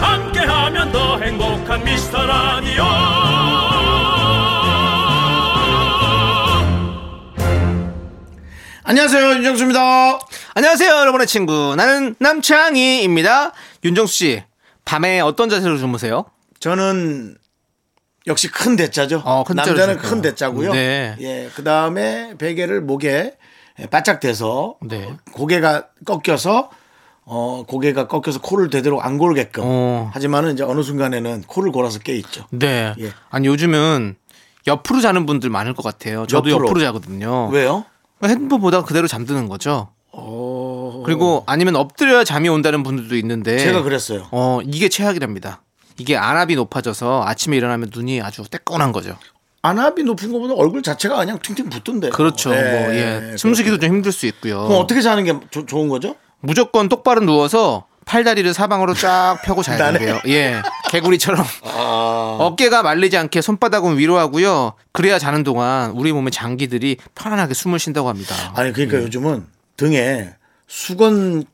함께하면 더 행복한 미스터 라디오 안녕하세요 윤정수입니다. 안녕하세요, 여러분의 친구. 나는 남창희입니다. 윤정수 씨, 밤에 어떤 자세로 주무세요? 저는 역시 큰 대자죠. 어, 큰 대자로 남자는 주셨고요. 큰 대자고요. 네. 예, 그 다음에 베개를 목에 바짝 대서 네. 고개가 꺾여서 어 고개가 꺾여서 코를 되도록 안 골게끔. 어. 하지만은 이제 어느 순간에는 코를 골아서 깨 있죠. 네. 예. 아니, 요즘은 옆으로 자는 분들 많을 것 같아요. 저도 옆으로. 옆으로, 자거든요. 왜요? 핸드폰 보다가 그대로 잠드는 거죠. 그리고 아니면 엎드려야 잠이 온다는 분들도 있는데. 제가 그랬어요. 어, 이게 최악이랍니다. 이게 안압이 높아져서 아침에 일어나면 눈이 아주 때꺼난 거죠. 안압이 높은 것보다 얼굴 자체가 그냥 팅팅 붙던데. 그렇죠. 뭐, 예. 숨쉬기도 좀 힘들 수 있고요. 그럼 어떻게 자는 게 조- 좋은 거죠? 무조건 똑바로 누워서 팔다리를 사방으로 쫙 펴고 자야 나네. 아. 돼요. 예. 개구리처럼. 어깨가 말리지 않게 손바닥은 위로 하고요. 그래야 자는 동안 우리 몸의 장기들이 편안하게 숨을 쉰다고 합니다. 아니 예. 그러니까 요즘은 등에 수건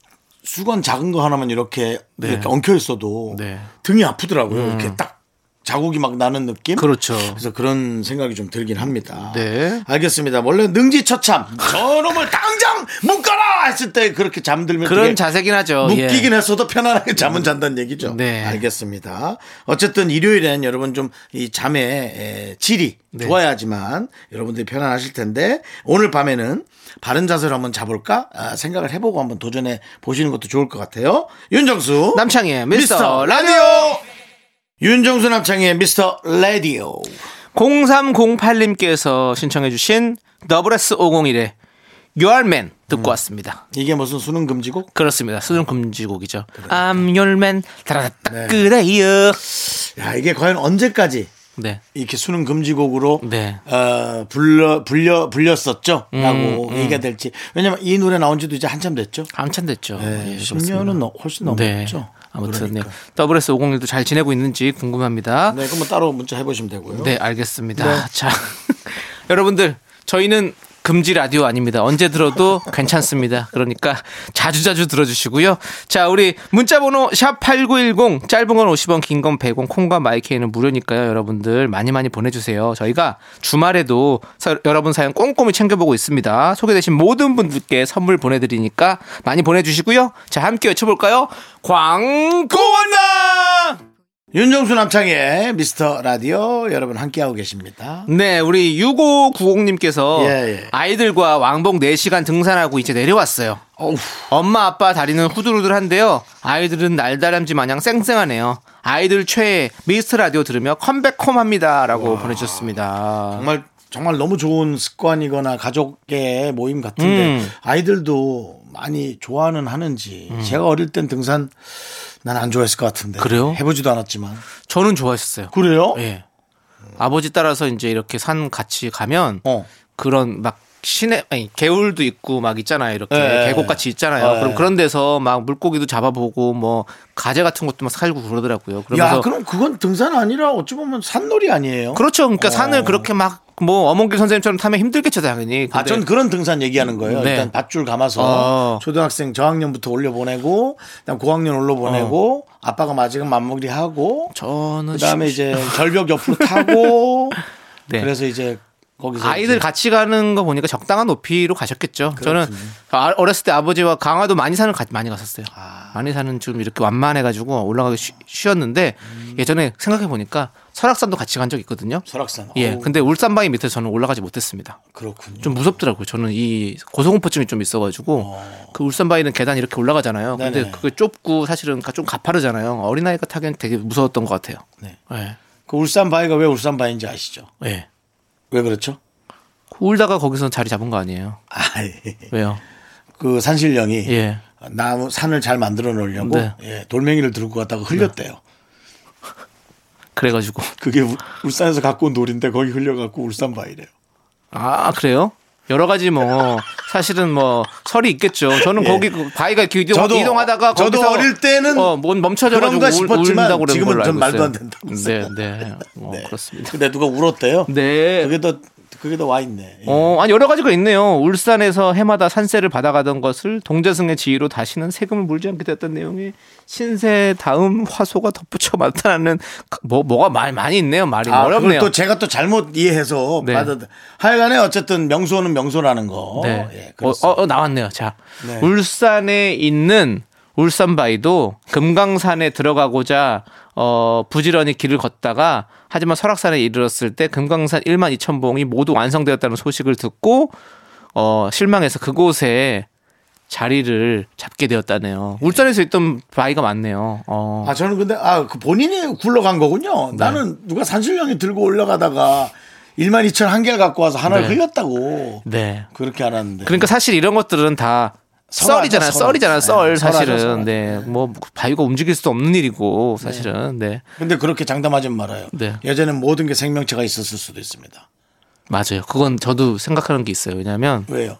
수건 작은 거 하나만 이렇게 이렇게 엉켜 있어도 네. 음. 등이 아프더라고요. 이렇게 딱 자국이 막 나는 느낌. 그렇죠. 그래서 그런 생각이 좀 들긴 합니다. 네. 알겠습니다. 원래 능지처참 저놈을 당장 묶어라 했을 때 그렇게 잠들면 되게 그런 자세긴 하죠. 예. 음. 묶이긴 했어도 편안하게 잠은 잔다는 얘기죠. 네. 알겠습니다. 어쨌든 일요일엔 여러분 좀 이 잠의 에, 질이 네. 좋아야지만 여러분들이 편안하실 텐데 오늘 밤에는 바른 자세로 한번 자볼까 아, 생각을 해보고 한번 도전해 보시는 것도 좋을 것 같아요. 윤정수 남창희의 미스터 라디오. 윤정수 남창의 미스터 라디오. 0308님께서 신청해주신 SS501의 Your Man 음. 듣고 왔습니다. 이게 무슨 수능 금지곡? 그렇습니다. 수능 금지곡이죠. 그러니까. I'm Your Man 다라닥 네. 그래요. 야 이게 과연 언제까지 네. 이렇게 수능 금지곡으로 네. 어, 불려 불려 불렸었죠. 음, 라고 얘기가 될지. 왜냐면 이 노래 나온 지도 이제 한참 됐죠. 한참 됐죠. 네, 예, 10년은 넘- 훨씬 넘었죠. 네. 아무튼 그러니까. 네. 더블S 501도 잘 지내고 있는지 궁금합니다. 네, 네, 그럼 뭐 따로 문자 해 보시면 되고요. 네. 알겠습니다. 자, 여러분들 저희는 금지 라디오 아닙니다. 언제 들어도 괜찮습니다. 그러니까 자주자주 들어주시고요. 자, 우리 문자번호 샵8910 짧은 건 50원, 긴 건 100원, 콩과 마이케이는 무료니까요. 여러분들 많이 많이 보내주세요. 저희가 주말에도 서- 여러분 사연 꼼꼼히 챙겨보고 있습니다. 소개되신 모든 분들께 선물 보내드리니까 많이 보내주시고요. 자, 함께 외쳐볼까요? 광고원나! 윤정수 남창의 미스터 라디오 여러분 함께하고 계십니다. 네, 우리 6590님께서 예, 예. 아이들과 왕복 4시간 등산하고 이제 내려왔어요. 어우, 엄마 아빠 다리는 후들후들한데요. 아이들은 날다람쥐 마냥 쌩쌩하네요. 아이들 최애 미스트 라디오 들으며 컴백홈합니다라고 보내주셨습니다. 정말 정말 너무 좋은 습관이거나 가족의 모임 같은데 음. 아이들도 많이 좋아는 하는지 제가 어릴 땐 등산 난 안 좋아했을 것 같은데 그래요? 해보지도 않았지만 저는 좋아했어요. 그래요? 예. 아버지 따라서 이제 이렇게 산 같이 가면 어. 그런 막 시내 아니 개울도 있고 막 있잖아요 이렇게 예. 계곡같이 있잖아요 예. 그럼 그런 데서 막 물고기도 잡아보고 뭐 가재 같은 것도 막 살고 그러더라고요 그러면서 야 그럼 그건 등산 아니라 어찌 보면 산놀이 아니에요? 그렇죠 그러니까 어. 산을 그렇게 막 뭐 어몽길 선생님처럼 타면 힘들겠죠 당연히 아, 전 그런 등산 얘기하는 거예요. 네. 일단 밧줄 감아서 어. 초등학생 저학년부터 올려보내고, 그다음 고학년 올려보내고, 어. 아빠가 마지막 맞물리 하고, 저는 그다음에 시- 이제 절벽 옆으로 타고, 네. 그래서 이제 거기서 아이들 이제 같이 가는 거 보니까 적당한 높이로 가셨겠죠. 저는 아- 어렸을 때 아버지와 강화도 많이 사는 가- 많이 갔었어요. 아. 많이 사는 좀 이렇게 완만해가지고 올라가기 쉬, 쉬웠는데 음. 예전에 생각해 보니까 설악산도 같이 간 적이 있거든요. 설악산. 예, 어우, 근데 울산바위 밑에 저는 올라가지 못했습니다. 그렇군요. 좀 무섭더라고요. 저는 이 고소공포증이 좀 있어가지고 그 울산바위는 계단 이렇게 올라가잖아요. 네네. 근데 그게 좁고 사실은 가- 좀 가파르잖아요. 어린 아이가 타기엔 되게 무서웠던 것 같아요. 네. 예, 그 울산 바위가 왜 울산 바위인지 아시죠? 예. 왜 그렇죠? 울다가 거기서 자리 잡은 거 아니에요? 아, 왜요? 그 산신령이 예. 나무 산을 잘 만들어 놓으려고 네. 예, 돌멩이를 들고 갔다가 흘렸대요. 그래가지고. 그게 울- 울산에서 갖고 온 놀인데 거기 흘려갖고 울산 바이래요. 아, 그래요? 여러 가지 뭐, 사실은 뭐, 설이 있겠죠. 저는 예. 거기 그 바위가 이렇게 이동, 저도- 이동하다가 저도 거기서 어릴 때는 어, 뭔 멈춰져가지고 그런가 울, 싶었지만 울다고 그런 지금은 걸로 전 알고 말도 있어요. 안 된다고 네, 네. 뭐, 그렇습니다. 근데 누가 울었대요? 네. 그게 더 그게 더 와 있네. 예. 어, 아니 여러 가지가 있네요. 울산에서 해마다 산세를 받아가던 것을 동자승의 지위로 다시는 세금을 물지 않게 됐던 내용이 신세 다음 화소가 덧붙여 나타나는 그- 뭐 뭐가 말 많이 있네요. 말이 아, 그걸 어렵네요. 또 제가 또 잘못 이해해서 네. 받아. 하여간에 어쨌든 명소는 명소라는 거. 네. 예, 어, 그렇습니다. 어, 어, 나왔네요. 자, 네. 울산에 있는 울산바위도 금강산에 들어가고자 어, 부지런히 길을 걷다가 하지만 설악산에 이르렀을 때 금강산 1만 2천 봉이 모두 완성되었다는 소식을 듣고 어, 실망해서 그곳에 자리를 잡게 되었다네요. 울산에서 있던 바위가 많네요. 어. 아 저는 근데 아그 본인이 굴러간 거군요. 네. 나는 누가 산신령이 들고 올라가다가 1만 2천 한 개를 갖고 와서 하나를 네. 흘렸다고 네. 그렇게 알았는데. 그러니까 사실 이런 것들은 다 썰어 썰이잖아요. 하죠, 썰어. 썰이잖아요. 썰 네, 썰어 하죠, 썰어. 사실은 네뭐 바위가 움직일 수도 없는 일이고 사실은 네 근데 그렇게 장담하지 말아요. 네. 예전엔 모든 게 생명체가 있었을 수도 있습니다. 맞아요. 그건 저도 생각하는 게 있어요. 왜냐하면 왜요?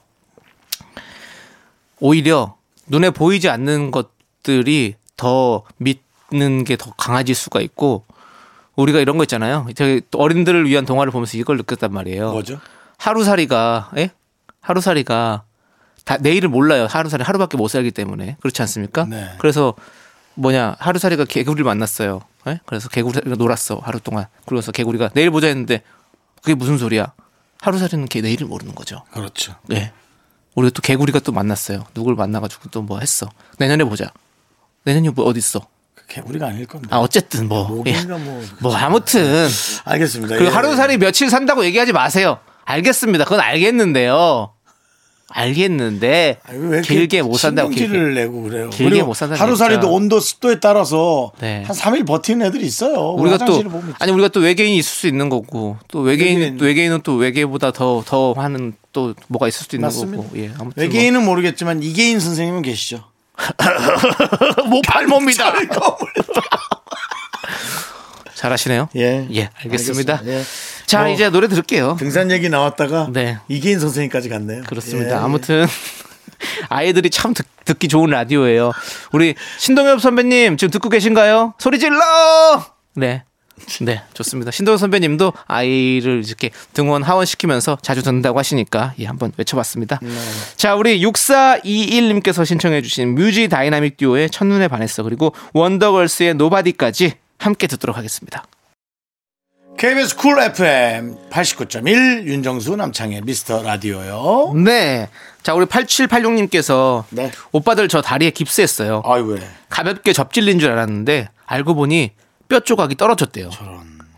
오히려 눈에 보이지 않는 것들이 더 믿는 게 더 강해질 수가 있고 우리가 이런 거 있잖아요. 저기 어린들을 위한 동화를 보면서 이걸 느꼈단 말이에요. 뭐죠? 하루살이가 예? 하루살이가 다 내일을 몰라요. 하루살이 하루밖에 못 살기 때문에 그렇지 않습니까? 네. 그래서 뭐냐 하루살이가 개구리를 만났어요. 예? 그래서 개구리가 놀았어 하루 동안. 그러면서 개구리가 내일 보자 했는데 그게 무슨 소리야? 하루살이는 걔 내일을 모르는 거죠. 그렇죠. 예. 우리가 또 개구리가 또 만났어요. 누굴 만나가지고 또 뭐 했어. 내년에 보자. 내년이 뭐 어디 있어? 그 개구리가 아닐 건데. 아 어쨌든 뭐. 목인가 뭐. 뭐 아무튼 알겠습니다. 그 예, 하루살이 며칠 산다고 얘기하지 마세요. 알겠습니다. 그건 알겠는데요. 알겠는데 아니, 왜 이렇게 길게 못 산다고 길게. 신경질을 내고 그래요. 길게 그리고 못 산다는 하루살이도 얘기죠. 온도 습도에 따라서 네. 한 3일 버티는 애들이 있어요. 우리가 또 화장실을 보면 아니 우리가 또 외계인이 있을 수 있는 거고 또 외계인 외계인. 또 외계인은 또 외계보다 더 더 하는 또 뭐가 있을 수도 있는 맞습니다. 거고 예 아무튼 외계인은 모르겠지만 이계인 선생님은 계시죠. 뭐 발몸이다 잘하시네요 예. 알겠습니다, 알겠습니다. 예. 자 뭐 이제 노래 들을게요 등산 얘기 나왔다가 네. 이계인 선생님까지 갔네요. 그렇습니다. 예. 아무튼 아이들이 참 듣, 듣기 좋은 라디오예요. 우리 신동엽 선배님 지금 듣고 계신가요? 소리 질러! 네. 네, 좋습니다. 신동엽 선배님도 아이를 이렇게 등원 하원시키면서 자주 듣는다고 하시니까 예, 한번 외쳐봤습니다. 네. 자, 우리 6421님께서 신청해주신 뮤지 다이나믹 듀오의 첫눈에 반했어 그리고 원더걸스의 노바디까지 함께 듣도록 하겠습니다. KBS 쿨 FM 89.1 윤정수 남창의 미스터 라디오요. 네. 자, 우리 8786님께서 네. 오빠들 저 다리에 깁스했어요. 아이고 가볍게 접질린 줄 알았는데 알고 보니 뼈 조각이 떨어졌대요.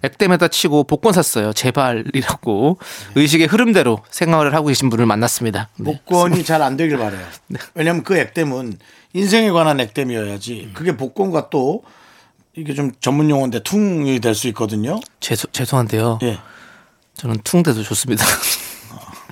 액땜에다 치고 복권 샀어요. 제발이라고 네. 의식의 흐름대로 생활을 하고 계신 분을 만났습니다. 네. 복권이 잘 안 되길 바래요. 왜냐하면 그 액땜은 인생에 관한 음. 액땜이어야지 그게 복권과 또 이게 좀 전문 용어인데 퉁이 될 수 있거든요. 죄송 죄송한데요. 예. 저는 퉁대도 좋습니다.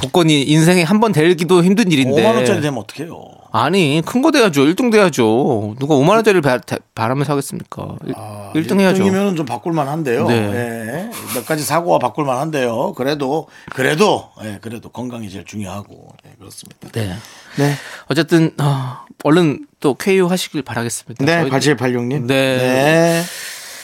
복권이 인생에 한 번 되기도 힘든 일인데. 5만 원짜리 되면 어떡해요? 아니 큰 거 돼야죠. 1등 돼야죠. 누가 5만 원짜리를 바, 다- 바라면서 하겠습니까? 일 1등 해야죠. 이면좀 아, 바꿀만 한데요. 네. 예. 몇 가지 사고와 바꿀만 한데요. 그래도 그래도 예, 그래도 건강이 제일 중요하고 예, 그렇습니다. 네. 어쨌든 어, 얼른 또 쾌유 하시길 바라겠습니다. 네, 저희- 8786님. 네.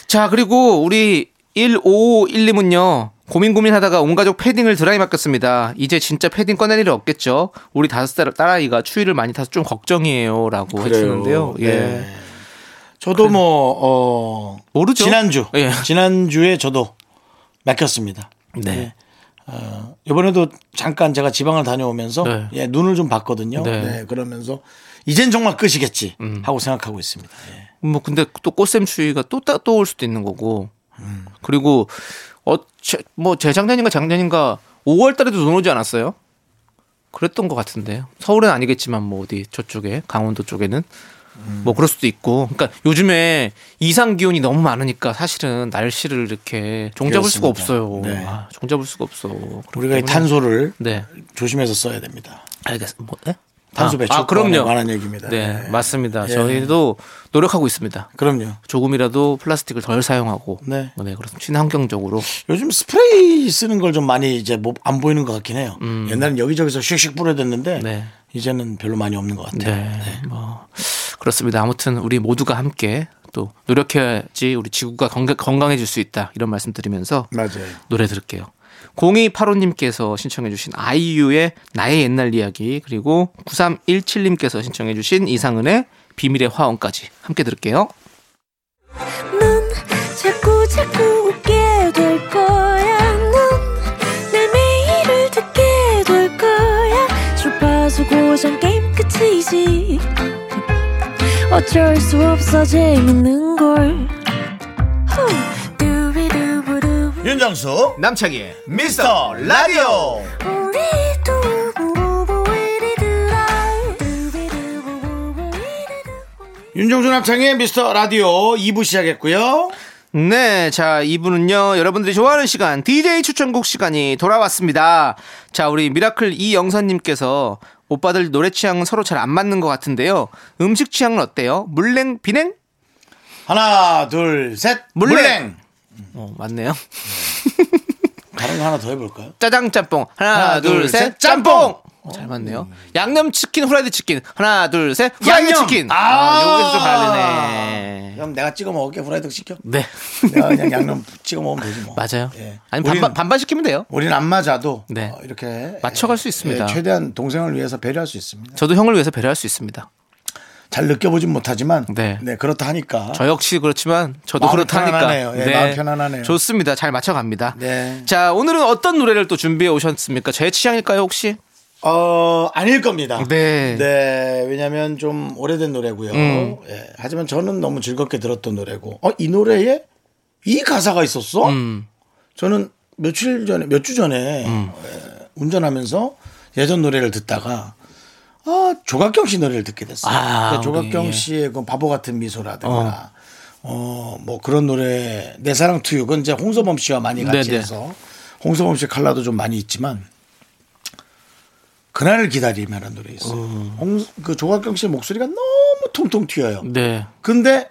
자, 그리고 우리 1551님은요. 고민 고민하다가 온 가족 패딩을 드라이 맡겼습니다. 이제 진짜 패딩 꺼낼 일 없겠죠? 우리 다섯 살 딸아이가 추위를 많이 타서 좀 걱정이에요라고 해주는데요. 예. 네. 저도 뭐, 어, 모르죠. 지난주. 예. 지난주에 저도 맡겼습니다. 네. 이번에도 잠깐 제가 지방을 다녀오면서 네. 예, 눈을 좀 봤거든요. 네. 음. 네. 그러면서 이젠 정말 끝이겠지 하고 생각하고 있습니다. 예. 뭐 근데 또 꽃샘 추위가 또또 올 수도 있는 거고. 음. 그리고 어뭐 재작년인가 작년인가 5월 달에도 눈 오지 않았어요? 그랬던 것 같은데요. 서울은 아니겠지만 뭐 어디 저쪽에 강원도 쪽에는 음. 뭐 그럴 수도 있고. 그러니까 요즘에 이상 기온이 너무 많으니까 사실은 날씨를 이렇게 종잡을 수가 그렇습니다. 없어요. 네. 아, 종잡을 수가 없어. 그렇기 우리가 이 때문에- 탄소를 네 조심해서 써야 됩니다. 알겠습니다. 뭐, 네? 탄소 아, 배출에 아, 그럼요. 관한 얘기입니다. 네, 예. 맞습니다. 예. 저희도 노력하고 있습니다. 그럼요. 조금이라도 플라스틱을 덜 사용하고 네. 네, 그렇습니다. 친환경적으로 요즘 스프레이 쓰는 걸 좀 많이 이제 뭐 안 보이는 것 같긴 해요. 옛날엔 여기저기서 슉슉 뿌려댔는데 음. 네. 이제는 별로 많이 없는 것 같아요. 네. 뭐 그렇습니다. 아무튼 우리 모두가 함께 또 노력해야지 우리 지구가 건강, 건강해질 수 있다. 이런 말씀드리면서 맞아요. 노래 들을게요. 0285님께서 신청해주신 아이유의 나의 옛날 이야기 그리고 9317님께서 신청해주신 이상은의 비밀의 화원까지 함께 들을게요. 넌 자꾸 자꾸 웃게 될 거야. 넌내 매일을 듣게 될 거야. 주파수 고정 게임 끝이지. 어쩔 수 없어 재밌는 걸. 후. 두비두부두. 윤정수 남창희의 미스터 라디오 우리 두부부부 우리 두라. 두비두부부부 우리 두부부. 윤종수 남창의 미스터 라디오 2부 시작했고요. 네, 자, 이분은요, 여러분들이 좋아하는 시간, DJ 추천곡 시간이 돌아왔습니다. 자, 우리 미라클 이영선님께서 오빠들 노래 취향은 서로 잘 안 맞는 것 같은데요. 음식 취향은 어때요? 물냉, 비냉? 하나, 둘, 셋. 물냉. 물냉. 어, 맞네요. 다른 거 하나 더 해볼까요? 짜장 짬뽕. 하나, 하나, 둘, 둘, 셋, 셋, 짬뽕! 어, 잘 맞네요. 양념 치킨, 후라이드 치킨. 하나, 둘, 셋, 후라이드 양념! 치킨. 아. 여기서 좀 갈리네. 그럼 내가 찍어 먹을게 후라이드 시켜. 네. 내가 그냥 양념 찍어 먹으면 되지 뭐. 맞아요. 예. 아니, 우리는- 반반, 반반 시키면 돼요. 우리는 안 맞아도 네. 어, 이렇게 맞춰갈 수 예, 있습니다. 예, 최대한 동생을 위해서 배려할 수 있습니다. 저도 형을 위해서 배려할 수 있습니다. 잘 느껴보진 못하지만 네, 네. 그렇다 하니까 저 역시 그렇지만 저도 마음이 그렇다니까. 편안하네요. 예, 마음 편안하네요. 좋습니다. 잘 맞춰갑니다. 네. 자 오늘은 어떤 노래를 또 준비해 오셨습니까? 제 취향일까요 혹시? 어 아닐 겁니다. 네. 왜냐하면 좀 오래된 노래고요. 음. 예, 하지만 저는 너무 즐겁게 들었던 노래고, 어 이 노래에 이 가사가 있었어? 음. 저는 며칠 전에 몇 주 전에 예, 운전하면서 예전 노래를 듣다가 아 조각경 씨 노래를 듣게 됐어요. 아, 그러니까 조각경 우리, 예. 씨의 그 바보 같은 미소라든가. 어, 뭐 그런 노래, 내 사랑 투육은 이제 홍서범 씨와 많이 같이 네네. 해서 홍서범 씨 칼라도 좀 많이 있지만 그날을 기다리며라는 노래 있어요. 홍- 그 조각경 씨의 목소리가 너무 통통 튀어요. 음. 네. 근데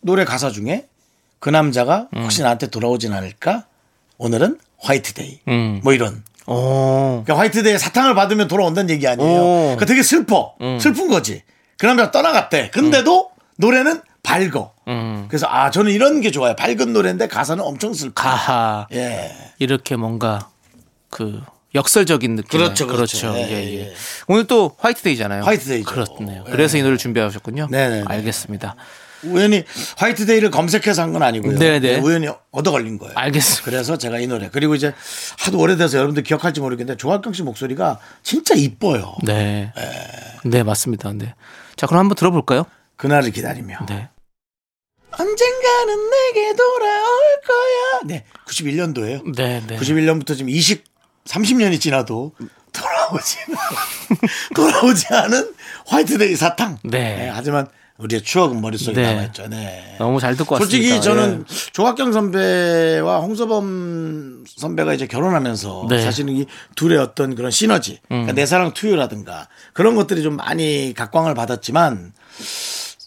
노래 가사 중에 그 남자가 음. 혹시 나한테 돌아오진 않을까? 오늘은 화이트데이. 음. 뭐 이런. 오. 그러니까 화이트데이 사탕을 받으면 돌아온다는 얘기 아니에요. 오. 음. 그러니까 되게 슬퍼. 슬픈 거지. 그 남자가 떠나갔대. 근데도 노래는 밝어. 음. 그래서 아 저는 이런 게 좋아요. 밝은 노래인데 가사는 엄청 슬퍼. 가하. 예. 이렇게 뭔가 그 역설적인 느낌. 그렇죠, 그렇죠. 예, 예, 예. 예. 오늘 또 화이트데이잖아요. 화이트데이죠. 그렇네요. 그래서 이 노래 를 준비하셨군요. 네네네. 알겠습니다. 우연히 화이트데이를 검색해서 한 건 아니고요. 네네. 예, 우연히 얻어 걸린 거예요. 알겠습니다. 그래서 제가 이 노래 그리고 이제 하도 오래돼서 여러분들 기억할지 모르겠는데 조각경 씨 목소리가 진짜 이뻐요. 네. 네 맞습니다. 네. 자 그럼 한번 들어볼까요? 그날을 기다리며 네. 언젠가는 내게 돌아올 거야. 네, 91년도예요. 네. 네. 91년부터 지금 20, 30년이 지나도 돌아오지 돌아오지 않은 화이트데이 사탕. 네. 하지만 우리의 추억은 머릿속에 네. 남아있죠. 네. 너무 잘 듣고 솔직히 왔습니다. 네. 예. 저는 조학경 선배와 홍서범 선배가 이제 결혼하면서 네. 음. 사실은 이 둘의 어떤 그런 시너지, 그러니까 내 사랑 투유라든가 그런 것들이 좀 많이 각광을 받았지만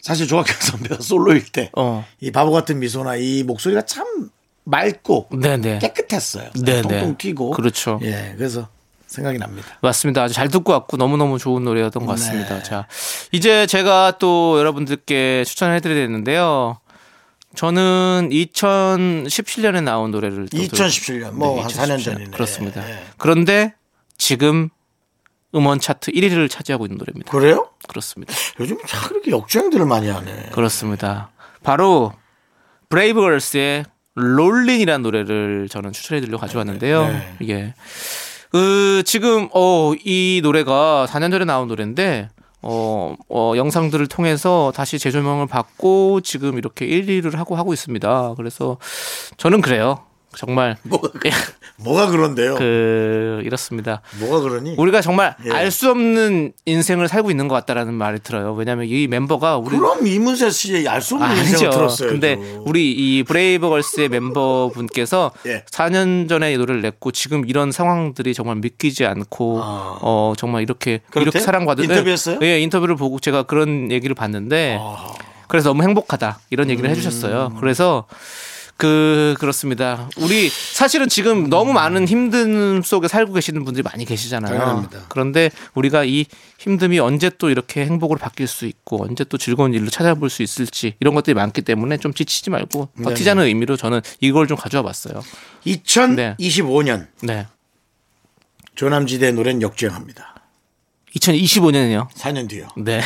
사실 조학경 선배가 솔로일 때 이 어. 바보 같은 미소나 이 목소리가 참 맑고 네네. 깨끗했어요. 네, 통통 네. 튀고. 그렇죠. 예, 그래서 생각이 납니다. 맞습니다. 아주 잘 듣고 왔고 너무너무 좋은 노래였던 것 같습니다. 네. 자, 이제 제가 또 여러분들께 추천을 해드려야 되는데요. 저는 2017년에 나온 노래를 또 2017년 뭐 한 4년 전이네. 그렇습니다. 예. 그런데 지금 음원 차트 1위를 차지하고 있는 노래입니다. 그래요? 그렇습니다. 요즘 참 그렇게 역주행들을 많이 하네. 그렇습니다. 바로 브레이브걸스의 롤린이라는 노래를 저는 추천해드리려 가져왔는데요. 네. 이게 그 지금 어 이 노래가 4년 전에 나온 노래인데 어, 어 영상들을 통해서 다시 재조명을 받고 지금 이렇게 1위를 하고 하고 있습니다. 그래서 저는 그래요. 정말 뭐가, 그- 뭐가 그런데요? 예. 그 이렇습니다. 뭐가 그러니? 우리가 정말 예. 알 수 없는 인생을 살고 있는 것 같다라는 말이 들어요. 왜냐하면 이 멤버가 우리 그럼 이문세 씨의 알수 없는 인생을 들었어요. 근데 저. 우리 이 브레이브걸스의 멤버분께서 예. 4년 전에 이 노래를 냈고 지금 이런 상황들이 정말 믿기지 않고 어 정말 이렇게 아. 그렇대요? 이렇게 사랑받은 인터뷰했어요? 아. 예, 인터뷰를 보고 제가 그런 얘기를 봤는데 그래서 너무 행복하다 이런 얘기를 음. 해주셨어요. 그래서 그 그렇습니다. 우리 사실은 지금 너무 많은 힘든 속에 살고 계시는 분들이 많이 계시잖아요. 당연합니다. 그런데 우리가 이 힘듦이 언제 또 이렇게 행복으로 바뀔 수 있고 언제 또 즐거운 일로 찾아볼 수 있을지 이런 것들이 많기 때문에 좀 지치지 말고 버티자는 의미로 저는 이걸 좀 가져와 봤어요. 2025년 네. 조남지대의 노래는 역주행합니다. 2025년이요. 4년 뒤요. 네. 아,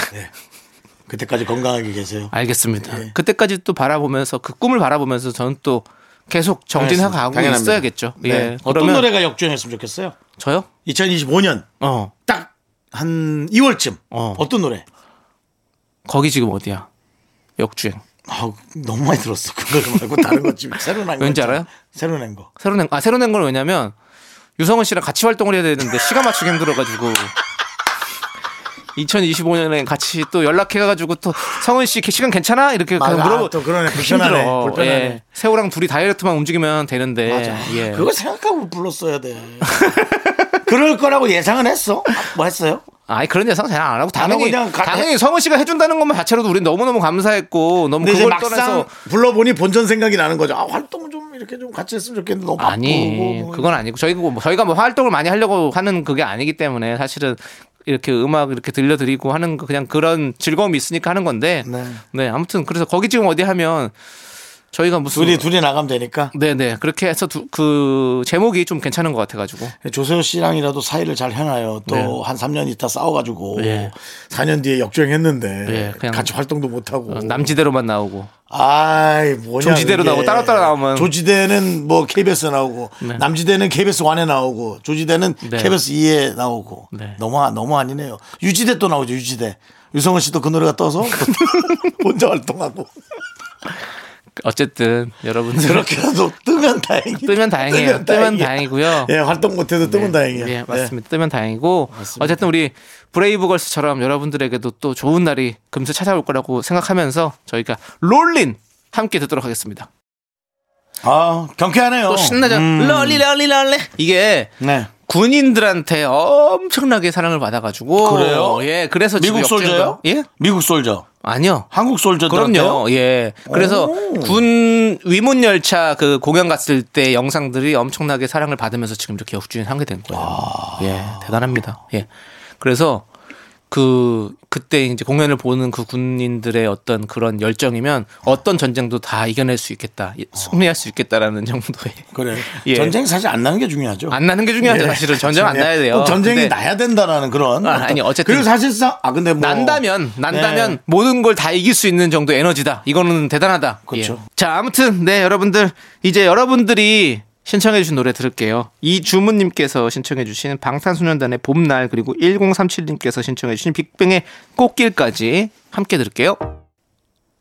그때까지 건강하게 계세요. 알겠습니다. 네. 그때까지 또 바라보면서 그 꿈을 바라보면서 저는 또 계속 정진하고 가고 당연합니다. 있어야겠죠. 네. 예. 어떤 그러면 노래가 역주행했으면 좋겠어요? 저요? 2025년 어. 딱 한 2월쯤 어. 어. 떤 노래? 거기 지금 어디야? 역주행. 아, 너무 많이 들었어. 그거 말고 다른 것 좀 새로 낸 거. 왠지 있잖아. 알아요? 새로 낸 거. 새로 낸, 아, 새로 낸 건 왜냐면 유성은 씨랑 같이 활동을 해야 되는데 시간 맞추기 힘들어가지고 2025년에 같이 또 연락해가지고 또 성은 씨 시간 괜찮아? 이렇게 맞아. 그냥 물어보 아, 또 그러네. 불편하네. 힘들어. 불편하네. 예. 새우랑 둘이 다이어트만 움직이면 되는데. 맞아. 예. 그거 생각하고 불렀어야 돼. 그럴 거라고 예상은 했어. 뭐 했어요? 아니 그런 예상 잘 안 하고 안 하고 당연히 그냥 가- 당연히 성은 씨가 해준다는 것만 자체로도 우리 너무 너무 감사했고 너무 근데 이제 그걸 막상 떠나서 불러보니 본전 생각이 나는 거죠. 아, 활동 좀 이렇게 좀 같이 했으면 좋겠는데 너무 바쁘고 아니 뭐. 그건 아니고 저희가 뭐, 저희가 뭐 활동을 많이 하려고 하는 그게 아니기 때문에 사실은 이렇게 음악 이렇게 들려드리고 하는 거 그냥 그런 즐거움이 있으니까 하는 건데 네. 네, 아무튼 그래서 거기 지금 어디 하면 저희가 무슨 둘이 둘이 나가면 되니까 네네 그렇게 해서 두- 그 제목이 좀 괜찮은 것 같아가지고 조세호 씨랑이라도 사이를 잘 해놔요. 또 네. 한 3년 있다 싸워가지고 예. 4년 뒤에 역주행했는데 예, 그냥 같이 활동도 못 하고 어, 남지대로만 나오고 아이 뭐냐 조지대로 그게. 나오고 따로따로 나오면. 조지대는 뭐 KBS 에 나오고 네. 남지대는 KBS 1에 나오고 조지대는 네. KBS 2에 나오고 네. 너무 아- 너무 아니네요. 유지대 또 나오죠 유지대. 유성원 씨도 그 노래가 떠서 혼자 활동하고 어쨌든 여러분들 그렇게라도 뜨면 다행이 뜨면 다행이에요. 뜨면 다행이고요. 예 활동 못해도 뜨면 다행이에요. 네. 예, 맞습니다. 뜨면 다행이고 어쨌든 우리 브레이브걸스처럼 여러분들에게도 또 좋은 날이 금세 찾아올 거라고 생각하면서 저희가 롤린 함께 듣도록 하겠습니다. 아 경쾌하네요. 또 신나죠? 음. 롤리 롤리 롤리 이게 네. 군인들한테 엄청나게 사랑을 받아가지고 그래요? 예, 그래서 지금 미국 역주행가- 솔져요? 예, 미국 솔져. 아니요. 한국 솔져. 그럼요. 예. 그래서 오. 군 위문 열차 그 공연 갔을 때 영상들이 엄청나게 사랑을 받으면서 지금 이렇게 역주행하게 된 거예요. 아. 예, 대단합니다. 예. 그래서 그 그때 이제 공연을 보는 그 군인들의 어떤 그런 열정이면 어떤 전쟁도 다 이겨낼 수 있겠다, 이- 승리할 수 있겠다라는 정도의 그래. 예. 아, 전쟁 사실 안 나는 게 중요하죠. 안 나는 게 중요하죠. 네, 사실은 전쟁 안 예. 나야 돼요. 꼭 전쟁이 근데 나야 된다라는 그런. 아, 어떤- 아니, 어쨌든. 그리고 사실상 아 근데 뭐 난다면 난다면 네. 모든 걸 다 이길 수 있는 정도 의 에너지다. 이거는 대단하다. 그렇죠. 예. 자 아무튼 네 여러분들 이제 여러분들이 신청해주신 노래 들을게요. 이 주문님께서 신청해주신 방탄소년단의 봄날 그리고 1037님께서 신청해주신 빅뱅의 꽃길까지 함께 들을게요.